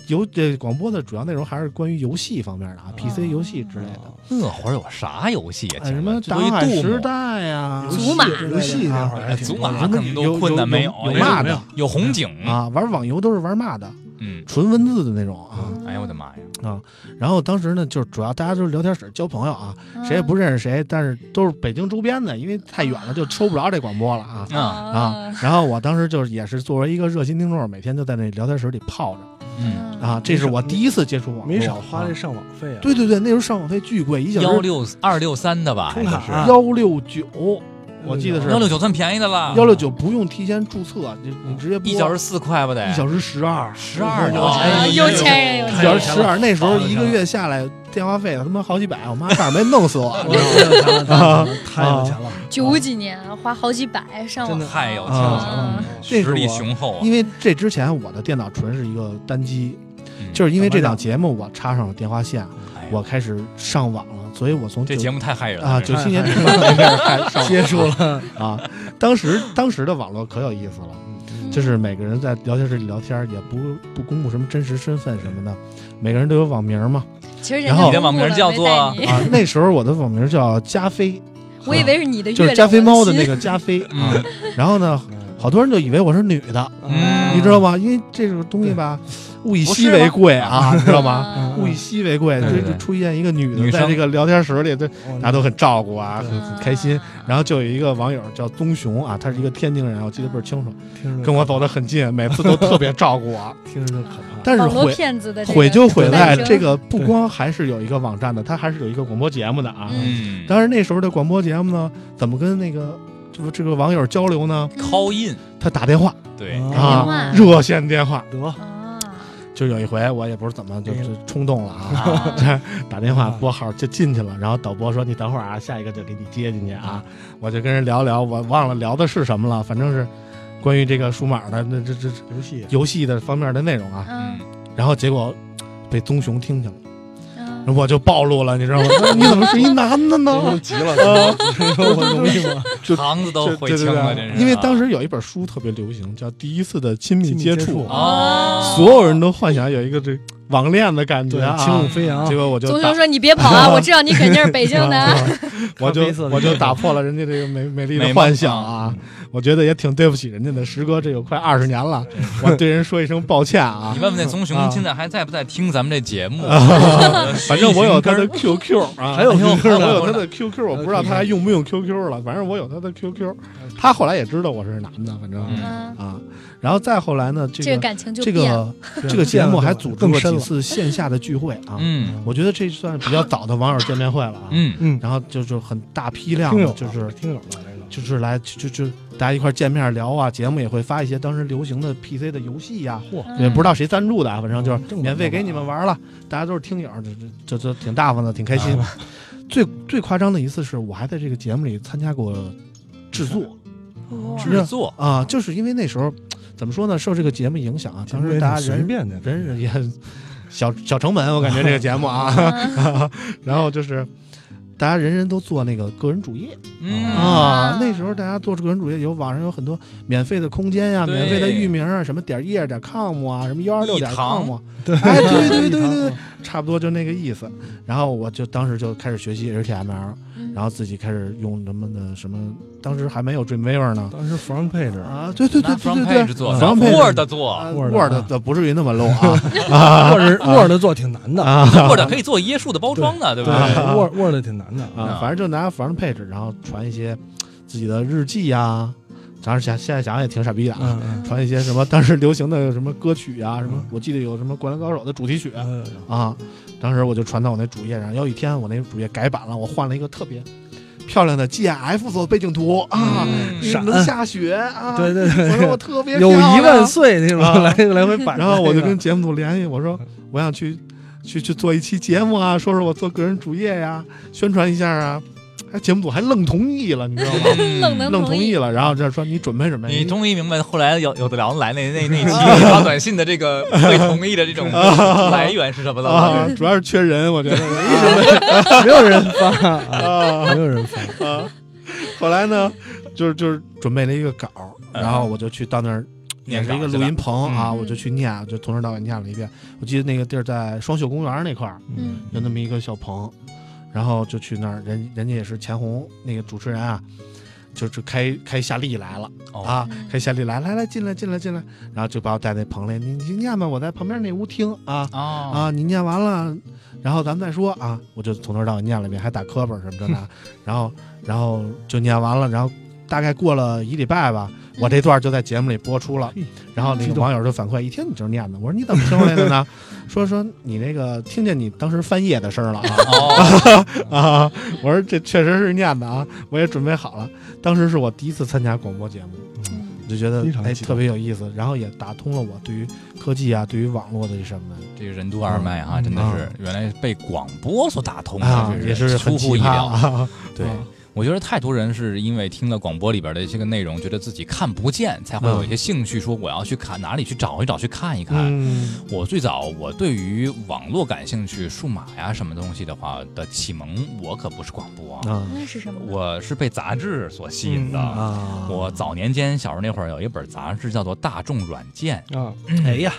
游这广播的主要内容还是关于游戏方面的啊，PC 哦游戏之类的，
那会儿有啥游戏啊？
哎什么《
最
大
多
海
一
时
杜
代》啊呀，
祖玛
游戏那会儿还
哎
挺
祖
多的
玛
什
可
么
能
有
都困难没
有
有，
有
那
骂
没
的
有
有红警，
啊，玩网游都是玩骂的，
嗯，
纯文字的那种啊。
嗯
哎呦我的妈呀，
然后当时呢，就是主要大家就是聊天室交朋友啊，
嗯
嗯
谁也不认识谁，但是都是北京周边的，因为太远了就抽不着这广播了啊。
哦
啊，
啊，然后我当时就是也是作为一个热心听众，每天就在那聊天室里泡着
嗯，
啊，这是我第一次接触网络，
没少花这
啊。
上网费啊。
对对对，那时候上网费巨贵，一小
幺
时
六二六三的吧，
充卡
还
啊
是
幺六九，我记得是
幺六九算便宜的了，
幺六九不用提前注册，你你直接
一小时
时
四块吧得，
啊一小时十二，
十二呢，
啊，
哎
有钱人有
一
钱
小
人
时十二，那时候一个月下来电话费他妈好几百，我妈差点没弄死 [LAUGHS] 我。
我有钱了，啊太有钱了，啊
九几年啊花好几百上网，嗯
真的嗯
太有钱
啊
了，
这是
实力
我
雄厚啊，
因为这之前我的电脑纯是一个单机，
嗯
就是因为这档节目我插上了电话线，
哎呀
我开始上网了，所以我从
这
九
节目太害人了
啊，
这
九
个
七年开始
接触了，
啊，当时当时的网络可有意思了，就是每个人在聊天室里聊天，也不不公布什么真实身份什么的，每个人都有网名嘛
其实人
然后
家
你的
公布
网名
了
叫
没
做
带你
啊。那时候我的网名叫加菲，
我以为是你的
就
月
是
亮，
加菲猫
我
的那
心
个加菲啊
嗯。
然后呢，好多人就以为我是女的，
嗯
你知道吗？因为这种东西吧，物以
不
稀
是
为
吗
贵啊，你知道吗？
嗯
啊
物以稀为贵，
对
这
对
就出现一个女的
女
在
生
这个聊天室里，对
哦
大家都很照顾啊，
对
很很开心。然后就有一个网友叫棕熊啊，他是一个天津人，我记得倍儿清楚，
听着
跟我走得很近，每次都特别照顾我。
听着就可怕。
但是
网络
毁
骗子的这
毁
个
就毁在
诞生
这个不光还是有一个网站的，它还是有一个广播节目的啊。
嗯，
当然那时候的广播节目呢，怎么跟那个这不这个网友交流呢？
嗯
[LAUGHS]
call in，
他打电话，
对，
啊
啊
热线电话。
得
啊，
就有一回我也不知怎么就
哎呦
就冲动了啊，
啊
打电话拨号就进去了，然后导播说你等会儿啊，下一个就给你接进去啊。我就跟人聊聊，我忘了聊的是什么了，反正是关于这个数码的那这这这
游戏
[LAUGHS] 游戏的方面的内容啊。
嗯
然后结果嘖被棕熊听见了，
嗯，
我就暴露了，你知道吗？ [LAUGHS] 那你怎么是一男的 [LAUGHS] 呢？
急了，
[LAUGHS]
你
哎
说我容易吗？
就
肠子都悔
对
青
对对
了，真是啊。
因为当时有一本书特别流行，叫《第一次的亲密
亲密
接
接
触
触》，
啊，
所有人都幻想有一个这网恋的感觉
对，
啊。
轻舞飞扬
结，果我就
棕
打
熊说：“你别跑啊，我知道你肯定是北京的。
啊 [LAUGHS] 我就
咖啡色的
我就打破了人家这个美美丽
美
的
梦
幻想啊！我觉得也挺对不起人家的，时隔这有快二十年 [LAUGHS] 了，我对人说一声抱歉 [LAUGHS] 啊
你。问问那棕
啊
熊现在还在不在听咱们这节 [LAUGHS] 目？
反正我有他的 QQ 啊，
还有
我呃
QQ 呢
有他的 QQ，我不知道他还用不用 QQ 了。反正我有他的 QQ，他后来也知道我是男的，反正
嗯
嗯，
啊。然后再后来呢，
这
这
个
个
感情就
这
变了。
个这个节目还组织
更
过
深
几
了
次线下的聚会啊。
嗯
我觉得这算比较早的网友见面会了啊。
嗯，
嗯，
然后就是很大批量
听
的
友，
就是
听友了这个，
就是来就就就大家一块儿见面聊啊，节目也会发一些当时流行的 PC 的游戏呀、
嚯，
嗯
也不知道谁赞助的啊，反正就是
嗯正版
免费给你们玩了，大家都是听友，这这这这挺大方的，挺开心。
嗯
最最夸张的一次是我还在这个节目里参加过制作
哇
制作
啊，就是因为那时候怎么说呢，受这个节目影响啊，当时大家
随
人
便的，
人人也小小成本，我感觉这个节目啊， [LAUGHS]
嗯
然后就是大家人人都做那个个人主页。
嗯
啊
啊，
那时候大家做个人主页，有网上有很多免费的空间呀、
对
免费的域名啊，什么点儿页点儿 com 啊，什么幺二六
一
点
堂
com，啊
对
哎，对对对对
一堂，
差不多就那个意思。然后我就当时就开始学习 HTML，然
嗯
后自己开始用什么的什么，当时还没有 Dreamweaver 呢。
当时 front page
啊，对对对
拿
对
From
对
Page
对
做
，From Page
，Word 做
啊
Word 啊
Word 的不至于那么 low
[LAUGHS]
啊
Word Word 做挺难的
，Word 可以做椰树的包装的，对不对？
对，Word Word 挺难的
啊，反正就拿 From Page，然后传一些自己的日记呀，当时想现在想想也挺傻逼的啊，
嗯
[LAUGHS] 传一些什么当时流行的什么歌曲啊，什么
嗯
我记得有什么《灌篮高手》的主题曲
嗯，
啊，当时我就传到我那主页上。有一天我那主页改版了，我换了一个特别漂亮的 GIF 做背景图啊，
嗯
因为
闪
能下雪啊，
对对
我说
对
我，特别
有
漂亮
一万，岁那种
啊
来来回
[LAUGHS]
摆，
然后我就跟节目组联系，我说我想去去去做一期节目啊，说说我做个人主页呀、宣传一下啊。哎，节目组还愣同意了，你知道 [LAUGHS] 吗？
嗯
冷能
愣
同
同意了，然后就说你准备准备，
你终于明白后来有有的聊得来那那那期
[LAUGHS]
发短信的这个会同意的这种来源是什么
[LAUGHS]
了？
啊，主要是缺人，
[LAUGHS]
我觉得。
没有人发，啊没有人发，
啊，后来呢，就是就是准备了一个稿儿，
嗯
然后我就去到那儿，也
念
是一个
稿去
录
了
音棚啊，
嗯
我就去念，就从头到尾念了一遍。我记得那个地儿在双秀公园那块儿
嗯
有那么一个小棚，然后就去那儿，人人家也是钱红那个主持人啊。就是开开夏丽来了、
哦
啊
嗯，
开夏丽来来来进来进来进来，然后就把我带那棚里，你你念吧，我在旁边那屋听啊。
哦
啊
啊，你念完了，然后咱们再说啊。我就从头到尾念了一遍，还打磕巴什么的呢。
[LAUGHS]
然后，然后就念完了，然后大概过了一礼拜吧，我这段就在节目里播出了。然后那个网友就反馈，一听你就是念的。我说你怎么听出来的呢？ [LAUGHS] 说说你那个听见你当时翻页的声儿了啊。 [LAUGHS]
哦，
[LAUGHS]
啊！我说这确实是念的啊，我也准备好了。当时是我第一次参加广播节目，
嗯
我就觉得
非常
哎
激动
特别有意思，然后也打通了我对于科技啊，对于网络的这什么的
这个任督二脉啊，
嗯
真的是原来被广播所打通
啊
的，，
也
这
是很
出
奇
乎意
葩
料。
啊。
对
啊，
我觉得太多人是因为听了广播里边的这个内容，觉得自己看不见，才会有一些兴趣，说我要去看哪里去找一找，去看一看。
[LAUGHS] 嗯
我最早我对于网络感兴趣，数码呀什么东西的话的启蒙，我可不是广播，
啊
那是什么？
我是被杂志所吸引的。
嗯啊
啊！
我早年间小时候那会儿有一本杂志叫做《大众软件
啊，》，
哎呀，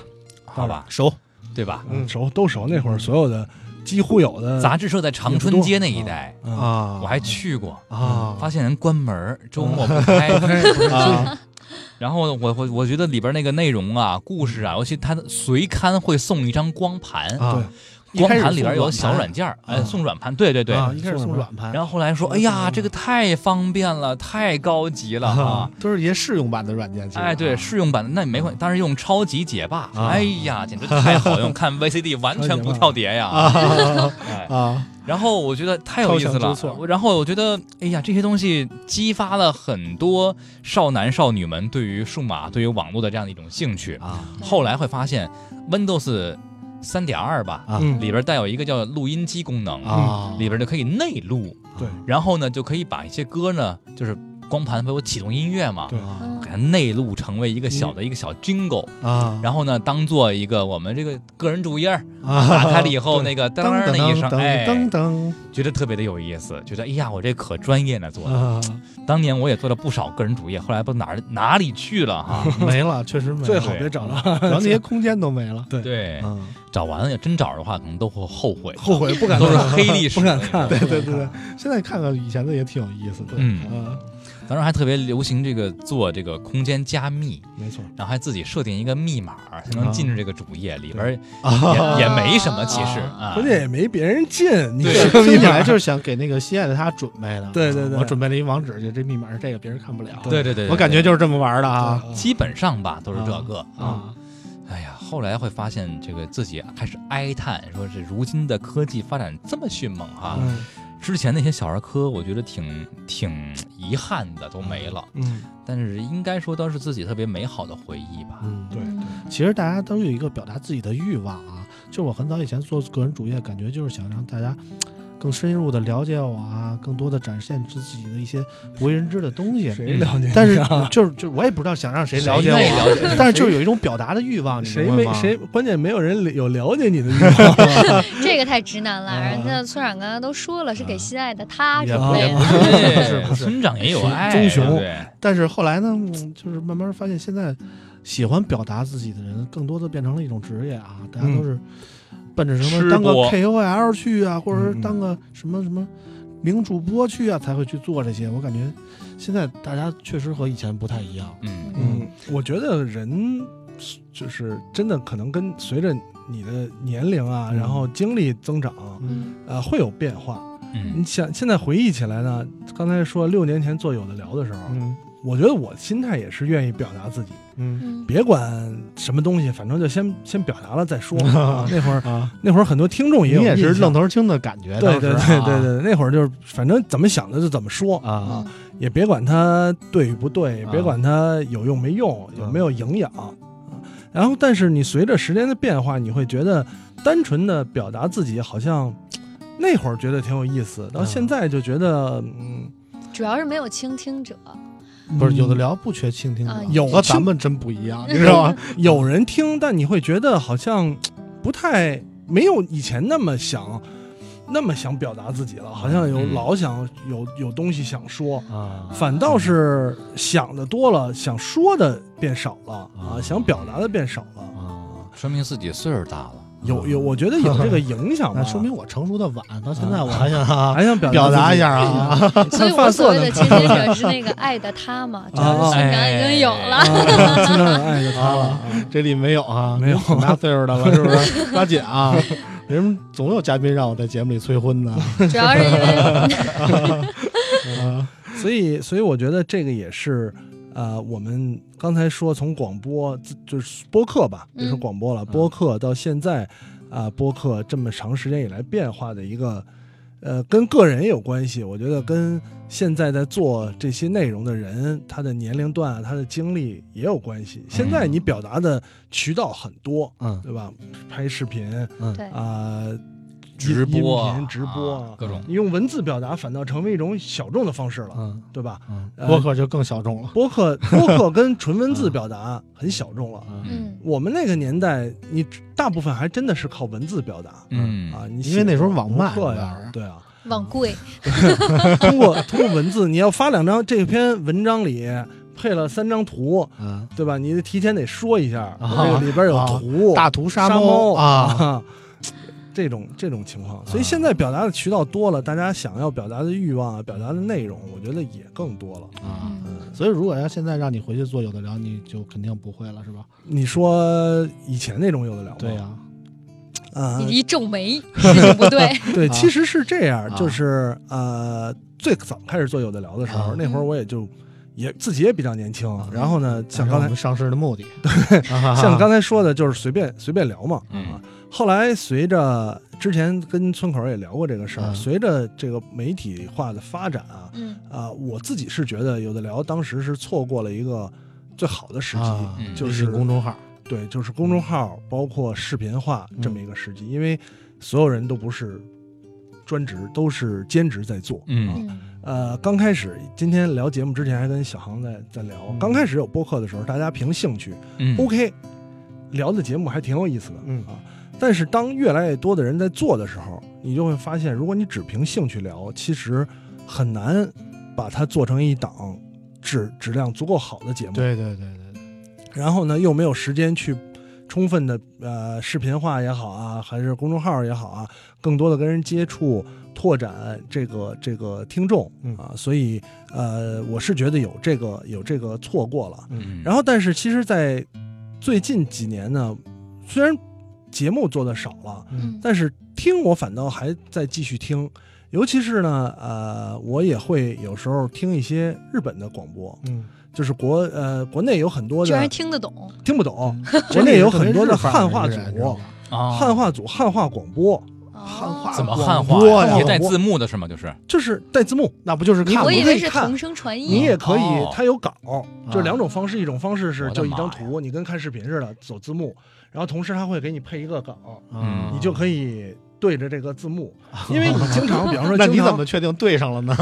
好吧，
熟
对吧？
嗯，熟都熟，那会儿所有的几乎有的
杂志社在长春街那一带，
啊，
呃啊！
嗯我还去过，
啊
发现人关门儿，周末不
[LAUGHS]
开。
啊
[LAUGHS] 然后我我我觉得里边那个内容啊、故事啊，尤其它的随刊会送一张光盘，
嗯啊！一
光
开始
盘里边有
送啊
小软件儿，哎，送软盘，对对对。
啊，一嗯开始送软盘，
然后后来说，哎呀，这个太方便了，太高级了啊！，
都是一些试用版的软件。其实
哎，对，试用版的那没关系，当时用超级解霸，
嗯啊
哎呀，简直太好用，看 VCD 完全不跳碟呀！
啊
哎，
啊
然后我觉得太有意思
超强
了
纠错，
然后我觉得，哎呀，这些东西激发了很多少男少女们对于数码、对于网络的这样的一种兴趣。
啊
嗯
后来会发现，Windows 三点二吧，
啊
嗯
里边带有一个叫录音机功能，
啊！
里边就可以内录，
对，
然后呢就可以把一些歌呢，就是光盘不有启动音乐嘛，
对
啊
嗯
给它内录成为一个小的一个小 jingle，
啊，
然后呢当做一个我们这个个人主页儿
啊
打开了以后，那
[LAUGHS]
个
噔
噔儿那一声，哎，
噔噔
觉得特别的有意思，觉得哎呀，我这可专业了做
噔
的。
啊，
当年我也做了不少个人主页，后来不哪儿哪里去了
[LAUGHS]
哈。
[LAUGHS] 没了，确实没了，
最好别找了，
然后那些空间都没了。
对，
嗯，
找完了真找的话，可能都会后悔，
后悔不敢啊
都是
看
黑历史。
不敢看
那种
对对对对，现在看看以前的也挺有意思的。
嗯
啊，
当时还特别流行这个做这个空间加密，
没错，
然后还自己设定一个密码儿才
啊
能进入这个主页里边儿，
啊
也也没什么其实啊。
啊
关键也没别人进，你
对
这
这个密
密
码
码就是想给那个心爱的他准备的。
啊
啊
对对对
我准备了一网址，就这密码是这个，别人看不了。
对对对对，
我感觉就是这么玩的啊
对
基本上吧都是这个啊。
啊！
哎呀，后来会发现这个自己开始哀叹，说是如今的科技发展这么迅猛
啊
哈、
嗯
之前那些小儿科，我觉得挺挺遗憾的，都没了。
嗯，
但是应该说都是自己特别美好的回忆吧。
嗯，
对
其实大家都有一个表达自己的欲望啊。就我很早以前做个人主页，感觉就是想让大家更深入的了解我啊，更多的展现自己的一些不为人知的东西。
谁了解你
嗯
啊？
但是就是就是我也不知道想让谁了解
谁
我，啊
了解
但是就是有一种表达的欲啊望，你
谁
明白
没
吗
谁，关键没有人了有了解你的欲
[LAUGHS]
望，
这个太直男了。
啊
人家村长刚刚都说了，是给心爱的他
嗯
之
也不
类
也
的
不。是
[LAUGHS]
对，
不是
村长也有爱，
棕熊
对不对
但是后来呢，嗯就是慢慢发现，现在喜欢表达自己的人，更多的变成了一种职业啊，大家都是奔着什
吃
么当个
播
KOL 去啊，或者
嗯嗯
是当个什么什么名主播去啊，才会去做这些。我感觉现在大家确实和以前不太一样。
嗯，
嗯，我觉得人就是真的可能跟随着你的年龄啊，
嗯
然后经历增长，
嗯
呃，会有变化。你
嗯，
想现在回忆起来呢，刚才说六年前做有的聊的时候，
嗯
我觉得我心态也是愿意表达自己，
嗯
嗯
别管什么东西，反正就先先表达了再 [LAUGHS]
[LAUGHS]
说。啊那会儿
啊，
那会儿很多听众
你
也有
也是
印象
愣头青的感觉，
对对
当时
对
啊
对对，那会儿就是反正怎么想的就怎么说
啊，
嗯
也别管它对与不对，
啊
别管它有用没用，有没有营养。啊然后，但是你随着时间的变化，你会觉得单纯的表达自己好像那会儿觉得挺有意思，到
啊
现在就觉得嗯，
主要是没有倾听者，
不是有的聊不缺倾听者
啊，
有和咱们真不一样，你知道吗？
有人听，但你会觉得好像不太没有以前那么想那么想表达自己了，好像有
嗯
老想有有东西想说。
啊
反倒是想的多了，想说的变少了
啊
啊，想表达的变少了。
啊。
说明自己岁数大了。
有有，我觉得有这个影响
[LAUGHS]
吧，
那说明我成熟的晚，到现在
啊
我还想啊，
还想表
表
达
达
自
一
己
下啊，
所以我
犯
所
错
谓
呢
的倾听者是那个爱的他嘛，主要是村长已经有了。
啊，经常爱着他了。
这里没有啊，
没有啊
大岁数的了，是不
[LAUGHS]
是？抓紧啊！为什么总有嘉宾让我在节目里催婚
[LAUGHS]
呢？
[LAUGHS] 主要是因为
啊
[LAUGHS]
所以，所以我觉得这个也是，呃，我们刚才说从广播自就是播客吧，
嗯
别说广播了，播客到现在啊、播客这么长时间以来变化的一个，呃，跟个人也有关系。我觉得跟现在在做这些内容的人，他的年龄段啊，他的经历也有关
嗯
系。现在你表达的渠道很多，
嗯
对吧？拍视频
对
啊、
直播
音
啊
频、直播
啊各种
你用文字表达反倒成为一种小众的方式了，
嗯
对吧？
嗯，
呃
播客就更小众了。
播客播客跟纯文字表达很小众了。
嗯，
我们那个年代，你大部分还真的是靠文字表达、
嗯
啊，你
因为那时候网慢主
课
要
呀
是，
对啊，
网贵，
通过 [LAUGHS] 通过文字，你要发两张这篇文章里配了三张图，
嗯，
对吧？你得提前得说一下，
啊
这个里边有图、
大屠
沙
杀猫啊，
啊， [LAUGHS] 这种这种情况。所以现在表达的渠道多了，大家想要表达的欲望啊，表达的内容，我觉得也更多了。
啊！
嗯，
所以如果要现在让你回去做有的聊，你就肯定不会了，是吧？哦
你说以前那种有的聊吗？
对呀，
啊，
你一嗯皱眉，事情不对，
对，
啊
其实是这样，
啊
就是呃，最早开始做有的聊的时候，
啊
那会儿我也就也自己也比较年轻，然后呢，
这
像
是
刚
哎我
才
们上市的
[LAUGHS]
目的，啊
像
像
刚才说的，就是随便随便聊嘛。
嗯
啊，后来随着之前跟村口也聊过这个事儿，
啊
随着这个媒体化的发展啊，
嗯，
啊，我自己是觉得有的聊当时是错过了一个最好的时机，
啊
嗯，
就是
微信公众号，
对，就是公众号包括视频化这么一个时机，因为所有人都不是专职，都是兼职在做。
嗯
嗯
呃，刚开始今天聊节目之前还跟小航在在聊，
嗯
刚开始有播客的时候，大家凭兴趣、
嗯
o k 聊的节目还挺有意思的，
嗯
啊。但是当越来越多的人在做的时候，你就会发现，如果你只凭兴趣聊，其实很难把它做成一档质质量足够好的节目。
对对对对对，
然后呢，又没有时间去充分的呃视频化也好啊，还是公众号也好啊，更多的跟人接触，拓展这个这个听众
嗯
啊，所以呃，我是觉得有这个有这个错过了。
嗯，
然后，但是其实，在最近几年呢，虽然节目做的少了，
嗯
但是听我反倒还在继续听。尤其是呢，呃，我也会有时候听一些日本的广播，
嗯，
就是国呃国内有很多
居
的
然听得懂，
听不
嗯
懂，哦国内有很多的汉化组
人，你知道吗
啊，
汉化组、汉化广播，汉
哦
化
怎么
广
汉
播
化
呀
呀？也带字幕的是吗？就是
就是带字幕，
那不就是看
我
不
以
见
为是
看
同声传
你
译，
也可以
哦，嗯
它有稿，就两种方式，一种方式是
我的
就一张
妈呀
图，你跟看视频似的走字幕，然后同时它会给你配一个稿，
啊
嗯
你就可以对着这个
[LAUGHS]
字幕，因为你经常，比方说，
嗯那你怎么确定对上了呢？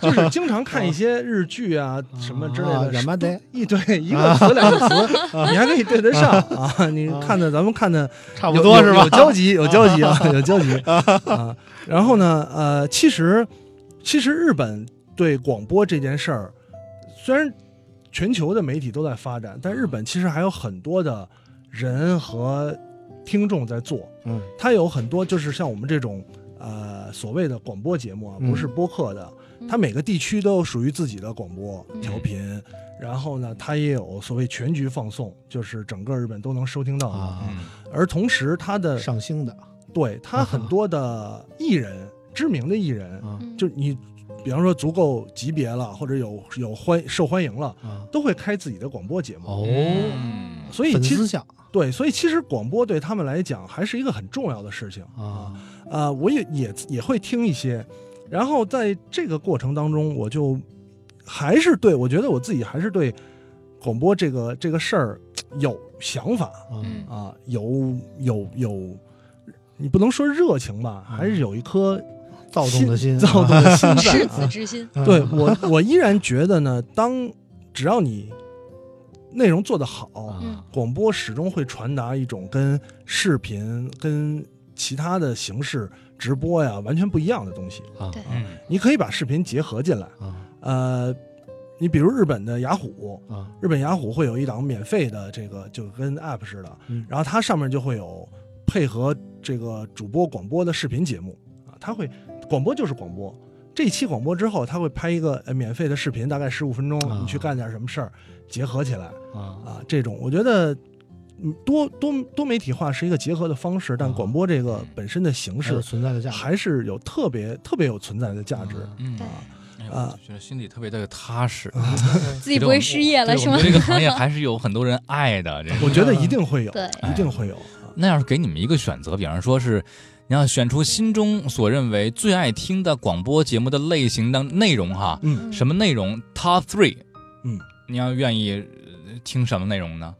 就是经常
嗯
看一些日剧啊什么之类
啊
的，
什么的
一对一个词两个
[LAUGHS]
词，你还可以对得上啊，你
啊
嗯
看的咱们看的。
差不多是吧
有？交集，有交集
[LAUGHS]
啊，有交集啊。然后呢，呃，其实其实日本对广播这件事儿，虽然全球的媒体都在发展，但日本其实还有很多的人和听众在做。
嗯，
它有很多就是像我们这种呃所谓的广播节目啊，
嗯
不是播客的，
嗯
它每个地区都有属于自己的广播
嗯
调频。然后呢，它也有所谓全局放送，就是整个日本都能收听到的
啊
嗯
而同时，它的
上星的
对他很多的艺人，知名的艺人，
啊
嗯
就你，比方说足够级别了，或者有有欢受欢迎了，
啊
都会开自己的广播节目。
嗯
所以
哦粉
其
丝
实
像
对，所以其实广播对他们来讲还是一个很重要的事情。
啊，
呃，我也也也会听一些，然后在这个过程当中，我就还是对我觉得我自己还是对广播这个这个事儿有想法， [LAUGHS]
嗯
啊，有有有，你不能说热情吧，还是有一颗
躁动的心，
躁动的心在
赤子
啊。
之心，
对我，我依然觉得呢，当只要你内容做得
啊
好，
嗯
广播始终会传达一种跟视频、跟其他的形式直播呀完全不一样的东西。
啊
对
嗯
你可以把视频结合进来，
啊
呃，你比如日本的雅虎，
啊
日本雅虎会有一档免费的这个，就跟 App 似的，
嗯
然后它上面就会有配合这个主播广播的视频节目啊，它会广播就是广播。这一期广播之后，它会拍一个、呃、免费的视频，大概十五分钟，
啊
你去干点什么事儿，结合起来
啊
啊，这种我觉得。嗯，多多多媒体化是一个结合的方式，但
啊
广播这个本身的形
是
式
存在的价值，
还是有特别特别有存在的价值。
嗯
对，
哎
啊
我觉得心里特别的踏实，
自己不会失业了
对
是
我
吗
们？这个行业还是有很多人爱的，这
我觉得一定会有，
对，
一定会有。啊
那要是给你们一个选择，比方说是你要选出心中所认为最爱听的广播节目的类型的内容哈，[LAUGHS]
嗯，
什么内容 Top Three？
嗯，
你要愿意呃听什么内容呢？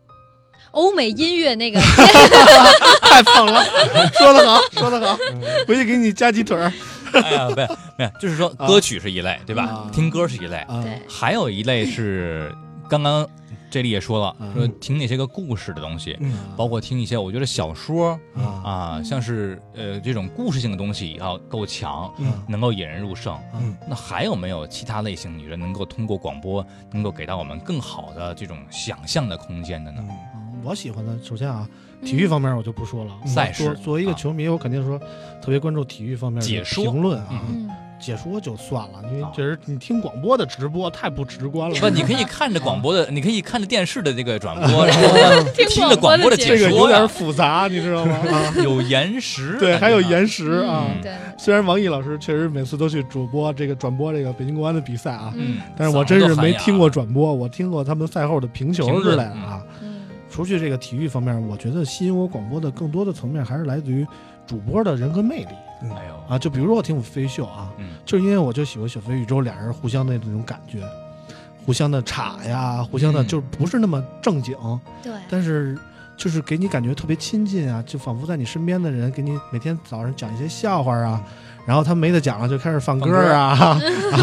欧美音乐那个
太棒了，说得好，说得好， [LAUGHS] 回去给你加鸡腿儿
[LAUGHS] 哎呀，不没有，就是说歌曲是一类，对吧？
啊
听歌是一类，
啊
对，
啊还有一类是刚刚这里也说了，
嗯
说听那些个故事的东西，
嗯
包括听一些我觉得小说
啊
啊，像是呃这种故事性的东西要够强，
啊
嗯
能够引人入胜。
嗯
那还有没有其他类型，你觉得能够通过广播能够给到我们更好的这种想象的空间的
[LAUGHS]
呢？
嗯
啊我喜欢的，首先啊，体
嗯
育方面我就不说了，我
赛事
作作为一个
啊
球迷，我肯定说特别关注体育方面的
解说
评论啊，
嗯
嗯，
解说就算了，因为
啊
确实你听广播的直播太不直观了。
不，你可以看着广播的，你可以看着电视的这个转播，然后听着广播的
[LAUGHS] 这
解
个有
说
点 [LAUGHS]
呀，
复杂，你知道吗？啊，
有延时， [LAUGHS]
对，还有延
时，
时啊。
嗯
对，
虽然王毅老师确实每次都去主播这个转播这个北京国安的比赛啊，
嗯，
但是我真是没听过
嗓子
转播，我听过他们赛后的评球
评
之类
论
的啊。
嗯
除去这个体育方面，我觉得吸引我广播的更多的层面还是来自于主播的人格魅力
都喊哑了，哎
啊。就比如说我听我飞秀啊，
呦，嗯
就是因为我就喜欢小飞宇宙俩人互相的那种感觉，互相的插呀，互相的
嗯
就不是那么正经，
嗯对， [LAUGHS]
但是就是给你感觉特别亲近啊，就仿佛在你身边的人，给你每天早上讲一些笑话啊，然后他没得讲了，就开始放歌啊，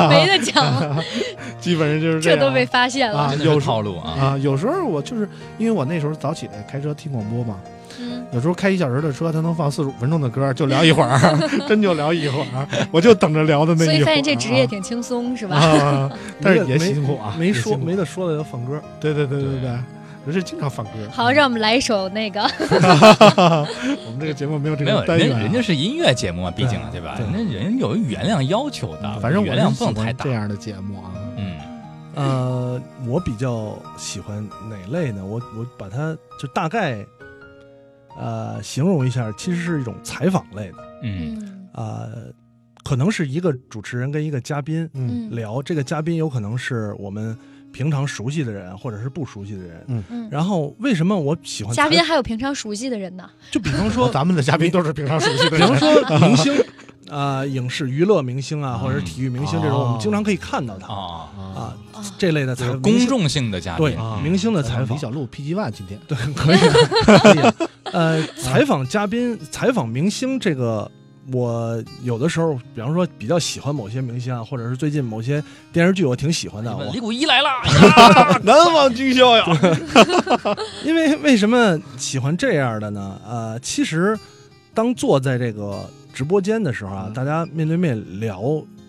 没得讲了，
[LAUGHS] 基本上就是
这
样。
都被发现了。
啊，
真的
有
是
时候
套路啊，
啊，有时候我就是因为我那时候早起来开车听广播嘛，
嗯，
有时候开一小时的车，他能放四十五分钟的歌，就聊一会儿， [LAUGHS] 真就聊一会儿， [LAUGHS] 我就等着聊的那一会
所
儿啊。
以发现这职业挺轻松，是吧？ [LAUGHS]
啊，但是也
没
辛苦啊，
没
也
说
辛苦
没得说的有放歌，
对对对对
对
对，我是经常放歌。
好，让我们来一首那个，
我们这个节目没有这
没有
个单
人
元啊，
人家是音乐节目啊，毕竟
对啊
对吧？
对啊
那人有原谅要求的，
反正我
原
是
谅
喜
不能
欢
太大
这。样的节目啊，
嗯，
呃，我比较喜欢哪类呢？我我把它就大概，呃，形容一下，其实是一种采访类的，
嗯
嗯
呃，可能是一个主持人跟一个嘉宾
嗯
嗯
聊，这个嘉宾有可能是我们平常熟悉的人，或者是不熟悉的人。
嗯，
然后为什么我喜欢
嘉宾
采？
还有平常熟悉的人呢。
就比方
说
[LAUGHS] 说，
咱们的嘉宾都是平常熟悉的
比方
人，
说 [LAUGHS]
[LAUGHS]
明星，啊，影视娱乐明星啊，或者是体育明星这种，
哦
我们经常可以看到他
啊，
啊，
啊，
这类的
就
采
是
访。
公众性的嘉宾嗯
对
啊
明星的采访
李小璐 PG One 今天
[LAUGHS] 对，可以的，可以的。呃，采访嘉宾、 [LAUGHS] 采访明星这个，我有的时候，比方说比较喜欢某些明星啊，或者是最近某些电视剧我挺喜欢的，
哎你们
我
李谷一来了，
啊
呀
难忘今宵 [LAUGHS] 呀，
因为为什么喜欢这样的呢？呃，其实当坐在这个直播间的时候啊，
嗯
大家面对面聊，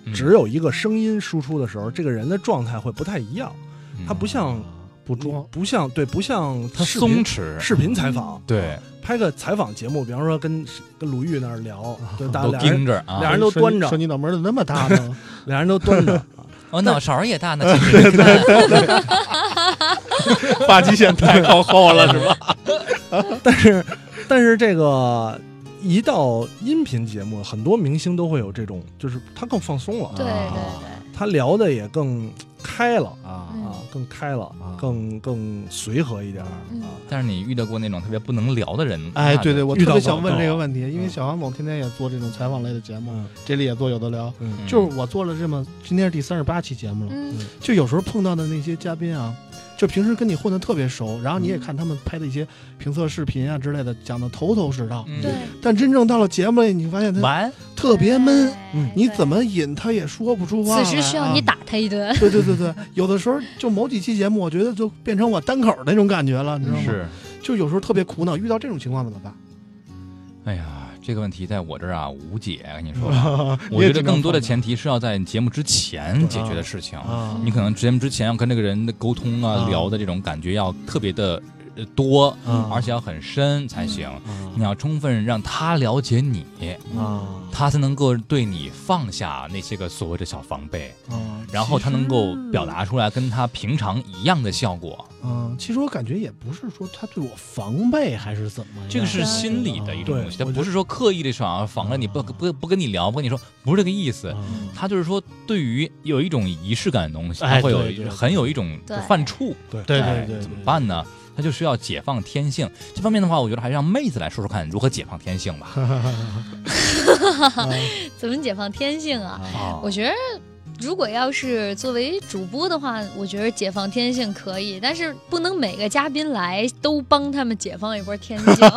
嗯
只有一个声音输出的时候，这个人的状态会不太一样，
嗯
他不像
不装，
不像对，不像他
他
视
松
频
弛，
视频采访，
哎
对，
拍个采访节目，比方说跟跟鲁豫那儿聊，对，大
啊
家
都
俩人
盯着
俩
啊。
人都
说
端
你
着
说你脑门儿怎么那么大
[LAUGHS]
呢？
俩人都
[LAUGHS]
蹲着，啊
我脑勺儿也大呢，其实
发际线太靠后了是吧？
但是但是这个一到音频节目，很多明星都会有这种，就是他更放松了，
对
啊
对
他聊的也更开了
啊
嗯
啊，更开了
啊，
更更随和一点儿
嗯
啊。
但是你遇到过那种特别不能聊的人？
[LAUGHS] 哎，
那就
对对，我
遇
特
到
别
过
想问这个问题，因为
嗯
小韩总天天也做这种采访类的节目，
嗯
这里也做有的聊。
嗯
就是我做了这么，今天是第三十八期节目了，
嗯
就有时候碰到的那些嘉宾啊，就平时跟你混的特别熟，然后
嗯
你也看他们拍的一些评测视频啊之类的，讲的头头是道，
嗯
对，
但真正到了节目里，你发现他
完，
[LAUGHS] 特别闷，
哎
嗯
你怎么引他也说不出
对
话来啊
此时需要你。打他一顿。
对对对对，有的时候就某几期节目，我觉得就变成我单口那种感觉了，你知道吗？
是，
就有时候特别苦恼，遇到这种情况怎么办？
哎呀，这个问题在我这儿啊无解，跟你说吧。我觉
你也
得
经常
更多的
碰到
前提是要在节目之前解决的事情。
啊
你可能节目之前要跟这个人的沟通啊，
啊
聊的这种感觉要特别的呃多，
啊
而且要很深才行。
啊
你要充分让他了解你，
啊
他才能够对你放下那些个所谓的小防备，
啊
然后他能够表。达出来跟他平常一样的效果。
嗯，其实我感觉也不是说他对我防备还是怎么样，啊
这个是心理的一种
对
东西，他
我觉
不是说刻意的想要防着你不不不跟你聊，不跟你说，不是这个意思。
嗯
他就是说，对于有一种仪式感的东西，
哎
他会有
对
一
对
很有一种
对
犯怵。
对
哎
对对，
怎么办呢？他就是要解放天性。这方面的话，我觉得还是让妹子来说说看如何解放天性
[LAUGHS]
吧。
[LAUGHS] 怎么解放天性啊？
啊
我觉得，如果要是作为主播的话，我觉得解放天性可以，但是不能每个嘉宾来都帮他们解放一波天性。
这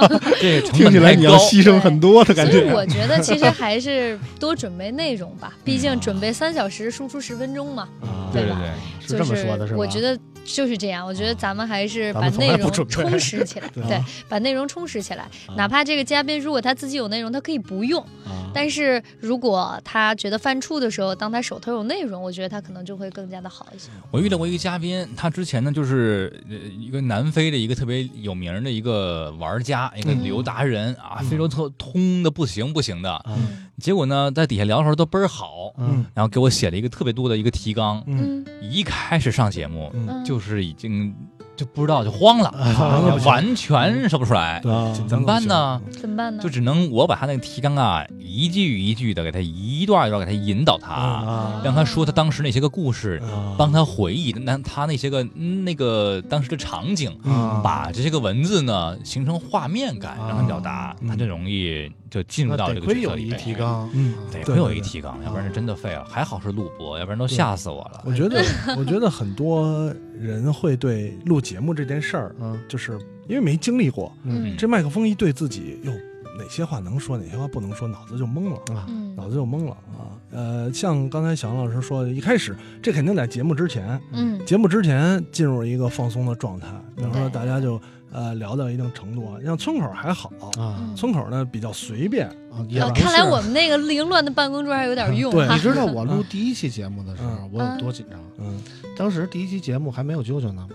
个成本太高。
牲很
多 [LAUGHS] 的
所以我觉得其实还是多准备内容
[LAUGHS]
吧，毕竟准备三小时，输出十分钟嘛，
啊对
对吧
对，
嗯是
就
这么说的是吧？
我觉得就是这样，我觉得咱们还是
咱
把
们从
内
来不
容
准备
充实起来，对，
[LAUGHS]
把内容充实起来。哪怕这个嘉宾如果他自己有内容，他可以不用，
啊
但是如果他觉得犯怵的时候，当他手头有内容，我觉得他可能就会更加的好一些。
我遇到过一个嘉宾，他之前呢就是呃一个南非的一个特别有名的一个玩家，一个
嗯
旅游达人啊，
嗯
非洲特通的不行不行的。
嗯
结果呢，在底下聊的时候都倍儿好，
嗯
然后给我写了一个特别多的一个提纲。
嗯，
一开始上节目
嗯
就是已经就不知道就慌了，
啊
完全说不出来。
啊
怎么办呢？
怎么办呢？
就只能我把他那个提纲啊，一句一句的给他，一段一段给他引导他，
啊
让他说他当时那些个故事，
啊
帮他回忆那他那些个嗯那个当时的场
嗯
景，
啊
把这些个文字呢形成画面感，让他表达，
嗯
他就容易就进入
那
到这
得
个
亏
角色
有
里啊
一
面。
提纲，
嗯
得
对
亏有
对
一
对
提纲，要
嗯
不然真的废了。还好是录播，要不然都
对
吓死我了。
我觉得，我觉得很多人会对录节目这件事儿，
嗯
就是因为没经历过，
嗯
这麦克风一对自己，哟，哪些话能说，哪些话不能说，脑子就懵了，
啊，
嗯
脑子就懵了啊。呃，像刚才小杨老师说的，一开始这肯定在节目之前，
嗯
节目之前进入一个放松的状态，比方说
对
大家就呃聊到一定程度啊，像村口还好，
嗯
啊
村口呢比较随便，
啊，也
呃
不
看来
是
我们那个凌乱的办公桌还有
[LAUGHS]
点用
对
哈
你。知道我
嗯
录第一期节目的时候，我有多紧张？
嗯，
当时第一期节目还没有啾啾呢，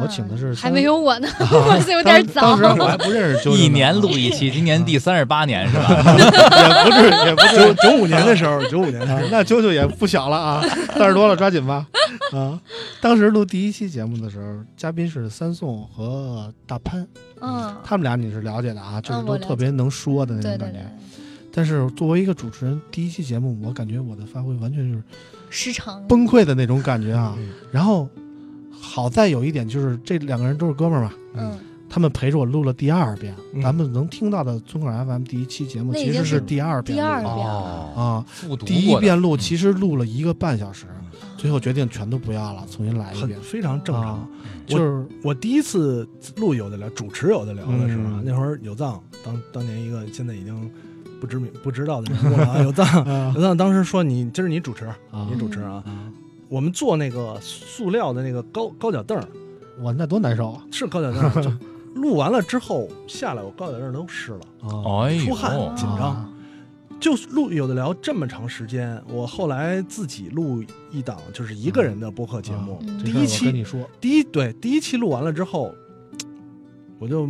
我请的是
嗯还
三
没有我呢，
[LAUGHS]
哇塞，有点早
当。时我还不认识啾啾呢，嗯
一年录一期，今年第三十八年是吧？
啊也不是也不
[LAUGHS]
是
九九五年的时候，九五年的时候
啊，那啾啾也不小了啊，三十多了，抓紧吧。啊，当时录第一期节目的时候，嘉宾是三宋和大潘，
嗯，
他们俩你是了解的啊，就是
嗯我
都
了
特别能说的那
对
种
对
感
对
觉。，但是作为一个主持人，第一期节目我感觉我的发挥完全就是
时长
崩溃的那种感觉 [LAUGHS] 啊。然后好在有一点就是这两个人都是哥们儿嘛，
嗯，
他们陪着我录了第二遍，
嗯
咱们能听到的村口 FM 第一期节目
那已
其
经
实
是
第二遍
第
录
二
[LAUGHS] 的
遍
哦，
啊。
复读
第一
过的
遍录
嗯
其实录了一个半小时，最后决定全都不要了，重新来啊一
很嗯
遍。
非常正常
啊。就是
我第一次录有的聊，主持有的聊的时候啊，
嗯
那会儿有藏当当年一个现在已经不知名不知道的人跟我聊啊，有藏
啊
有藏当时说你今儿你主持，
啊
[LAUGHS] 你主持啊，我们坐那个塑料的那个高高脚凳儿，
我那多难受啊！
是高脚凳
[LAUGHS]
儿，就录完了之后下来，我高脚凳儿都湿了，
啊，
哎
出汗
呦，
哦紧张。就录有的聊这么长时间，我后来自己录一档就是一个人的播客节目，
嗯啊
嗯
这
第
事儿
一
我跟
期
你说
第一对第一期录完了之后，我就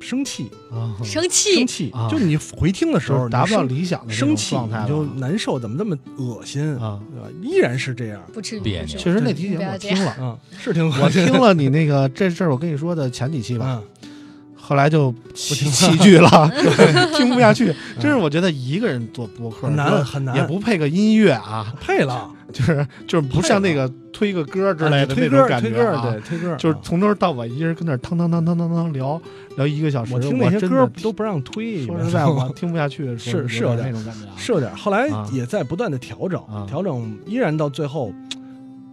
生气，
啊，
生气
嗯生，气，
啊
就是你回听的时
就
候
是达不到
你
理想的这
生
种
生气，
状态
你
了
就难受，怎么那么恶心
啊。
对吧？依然是这样，
不至于
别
不至于
扭
确实那期节
不
目
要
我
这
听
[LAUGHS]
了，
嗯，是挺
我
恶心
听
的。
了你那个这事儿，我跟你说的前几期吧，
嗯，
后来就弃弃剧
[LAUGHS]
了，听不下去。真是我觉得一个人做播客
嗯很难很难
也不配个音乐啊，
配了
就是就是不像那个推个歌之类的那
推
种
歌
感觉、啊，
推歌对推歌，
就是
啊
从头到尾一人跟那儿汤汤汤汤汤汤聊聊一个小时，
我
我
听那些
真
歌
的
都不让推，
说
你
实
知
[LAUGHS]
道
在
吗 [LAUGHS]
我听不下去，
是
说
是
有
有
那
点
种感觉啊，
是有点儿，后来
啊
也在不断的调整，
啊
调整依然到最后。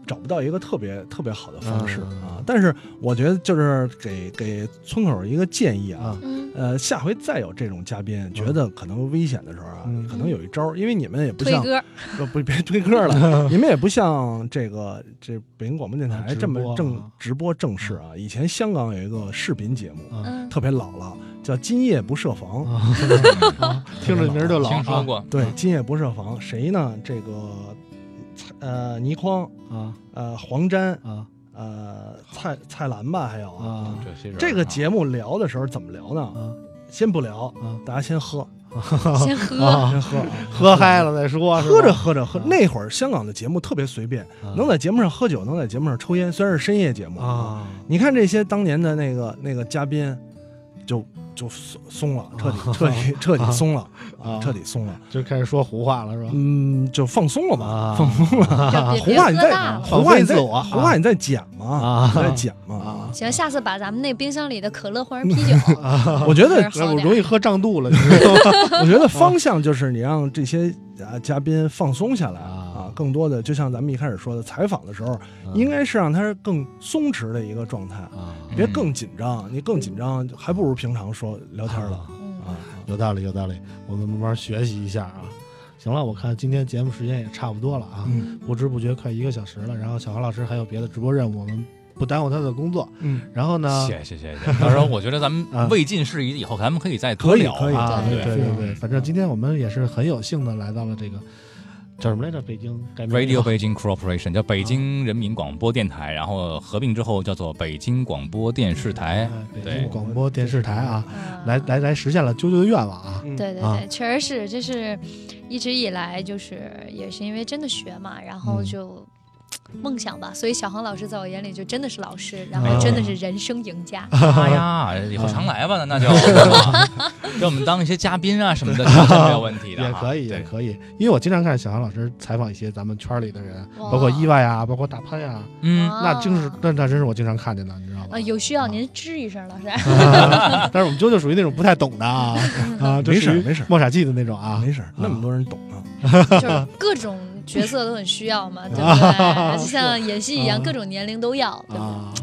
找不到一个特别特别好的方式、
嗯
啊！但是我觉得就是给给村口一个建议啊，
啊
嗯，
呃，下回再有这种嘉宾觉得可能危险的时候啊，
嗯
可能有一招儿，因为你们也不
推
像
歌，
不不别推歌
[LAUGHS]
了，你们也不像这个这北京广播电
啊直
台
播
这么正
啊
直播正式啊。以前香港有一个视频节目，
啊
嗯，
特别老了，叫《今夜不设防》。
啊，
[LAUGHS]
听着名儿就老
听说
啊
过
对，
啊
《今夜不设防》谁呢？这个呃倪匡，
啊
呃黄沾，
啊
呃蔡蔡澜吧，还有啊。
啊
这些人
这个
啊
节目聊的时候怎么聊呢？
啊
先不聊，
啊
大家先喝，
嗯
[LAUGHS]
先喝，
啊，
先喝啊，
喝嗨了再说，是吧
喝着喝着喝
啊，
那会儿香港的节目特别随便，能在节目上喝酒，能在节目上抽烟，虽然是深夜节目。
啊
你看这些当年的那个那个嘉宾，就就松松了，彻底彻底彻底松了，
[LAUGHS] 啊
彻底松了，
就开始说胡话了是吧？
嗯，就放松了嘛。
啊 [LAUGHS]
要别
胡
别
话
喝
你
大
再
了。
胡话你
放飞自
再
我
胡话你再讲嘛
啊，
你再讲
啊
嘛。
行，下次把咱们那冰箱里的可乐换
[LAUGHS]
成啤酒，
啊
我觉
这
得
样好
我
点
容易喝胀肚了，你知道吗？
[LAUGHS]
啊
我觉得方向就是你让这些啊嘉宾放松下来
啊
啊，更多的就像咱们一开始说的，采访的时候应该是让他更松弛的一个状态。
啊，
别更紧张，你更紧张还不如平常说聊天了
[LAUGHS]
嗯，
啊。
有道理，有道理，我们慢慢学习一下啊。行了，我看今天节目时间也差不多了啊，
嗯
不知不觉快一个小时了。然后小黄老师还有别的直播任务，我们不耽误他的工作。
嗯，
然后呢，
谢谢谢谢，到时候我觉得咱
啊
们未尽事宜，以后咱们可以再多
可以
聊
可以
啊，
啊，
对
对
对
对对，反正今天我们也是很有幸的来到了这个叫什么来着？北京改名
，Radio
了
北京 Corporation 叫北京人民广播电台，然后合并之后叫做北京广播电视台
[LAUGHS] 哎，北
对
京广播电视台啊，
啊
来来来实现了啾啾的愿望啊。
嗯
对对
啊
对，确实
[LAUGHS]
是，这是一直以来就是也是因为真的学嘛，然后
嗯
就梦想吧。所以小航老师在我眼里就真的是老师，
啊
然后真的是人生赢
[LAUGHS]
家。
哎呀，以后常来吧，那那就 [LAUGHS] 给我们当一些嘉宾啊什
[LAUGHS]
么的，这都没有问题
嗯
的
也
哈，
可以，也
对，
可以，因为我经常看小航老师采访一些咱们圈里的人，
哇
包括意外呀，包括大潘呀，
嗯，
啊
那真是那那真是我经常看见的，你知道吗
啊，？有需要您吱一声，老师。 [LAUGHS]
啊 [LAUGHS] 但是我们啾啾属于那种不太懂的啊啊，就
没事
属
儿
于
没事儿
莫傻季的那种啊
没。事儿，那么多人懂
[LAUGHS]
啊。
就是各种角色都很需要嘛，对不对？就像演戏一样，
啊
各种年龄都要，对不
啊，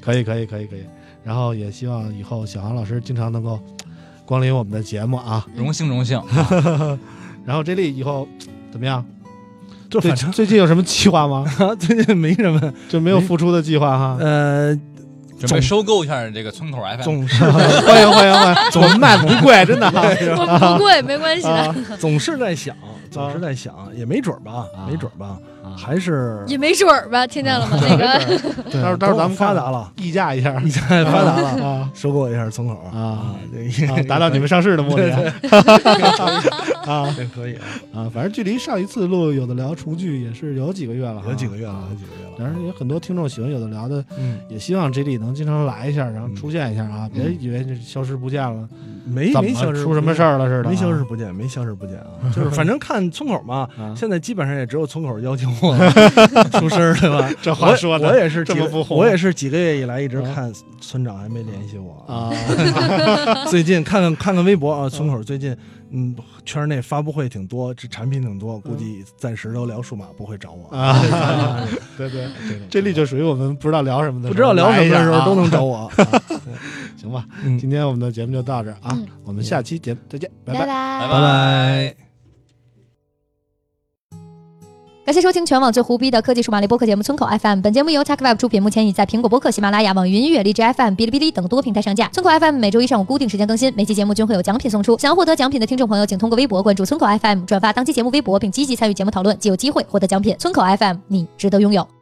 可以可以可以可以。然后也希望以后小航老师经常能够光临我们的节目啊。
荣幸荣幸啊，
然后这里以后怎么样？
就
最
[LAUGHS] 反正
最近有什么计划吗？
[LAUGHS] 啊最近没什么，
就没有复出的计划哈。 [LAUGHS]
呃，
准备收购一下这个村口 FM，
总
[LAUGHS]
是
欢迎欢迎欢
[LAUGHS]
迎，我们卖的不贵，真的啊。 [LAUGHS]
对？ [LAUGHS] [LAUGHS] 不不贵，没关系
啊
的，
总是在想，
啊
总是在想，也没准儿吧，没准儿吧，还是
[LAUGHS] 也没准儿吧，听见了吗？那 [LAUGHS] 个
[LAUGHS]
对
到时候到时候咱们
发
看
达了，
议价一下
你现在发达
[LAUGHS]
了，
啊
收购一下村口 [LAUGHS] 儿
啊，
这也
啊达到
[LAUGHS]
你们上市的目的啊 [LAUGHS] 啊
这可以啊，
啊！反正距离上一次录有的聊厨具也是有几个月了哈，
有几个月了，有几个月了，
当然有很多听众喜欢有的聊的，
嗯，
也希望 J D 能经常来一下，然后
嗯
出现一下啊，别以为就消失不见了，
没
怎
没
么
消失
出什么事
儿。
儿了似的啊，
没消失不见，没消失不见
[LAUGHS]
啊！就是反正看村口嘛，
啊。
现在基本上也只有村口邀请
[LAUGHS]
我出声儿，对吧？
啊这
我
话说的
我也是
这
几
么
个
不，红
我也是几个月以来一直
啊
看村长还没联系我啊。
啊，
最近看看看看微博啊，村口最近嗯，圈内发布会挺多，这产品挺多，估计暂时都聊数码不会找我
嗯啊。对对，这里就属于我们不知道聊什么的时候，
不知道聊什么的时候都
来一
能
下
找我。啊
啊行吧。
嗯
今天我们的节目就到这儿啊
嗯，
我们下期节目再见，拜拜
拜。拜
拜
拜。
感谢收听全网最胡逼的科技数码类播客节目《村口 FM》。本节目由 TechWeb 出品，目前已在苹果播客、喜马拉雅、网易云音乐、荔枝 FM、哔哩哔哩等多平台上架。村口 FM 每周一上午固定时间更新，每期节目均会有奖品送出。想要获得奖品的听众朋友，请通过微博关注村口 FM，转发当期节目微博，并积极参与节目讨论，即有机会获得奖品。村口 FM，你值得拥有。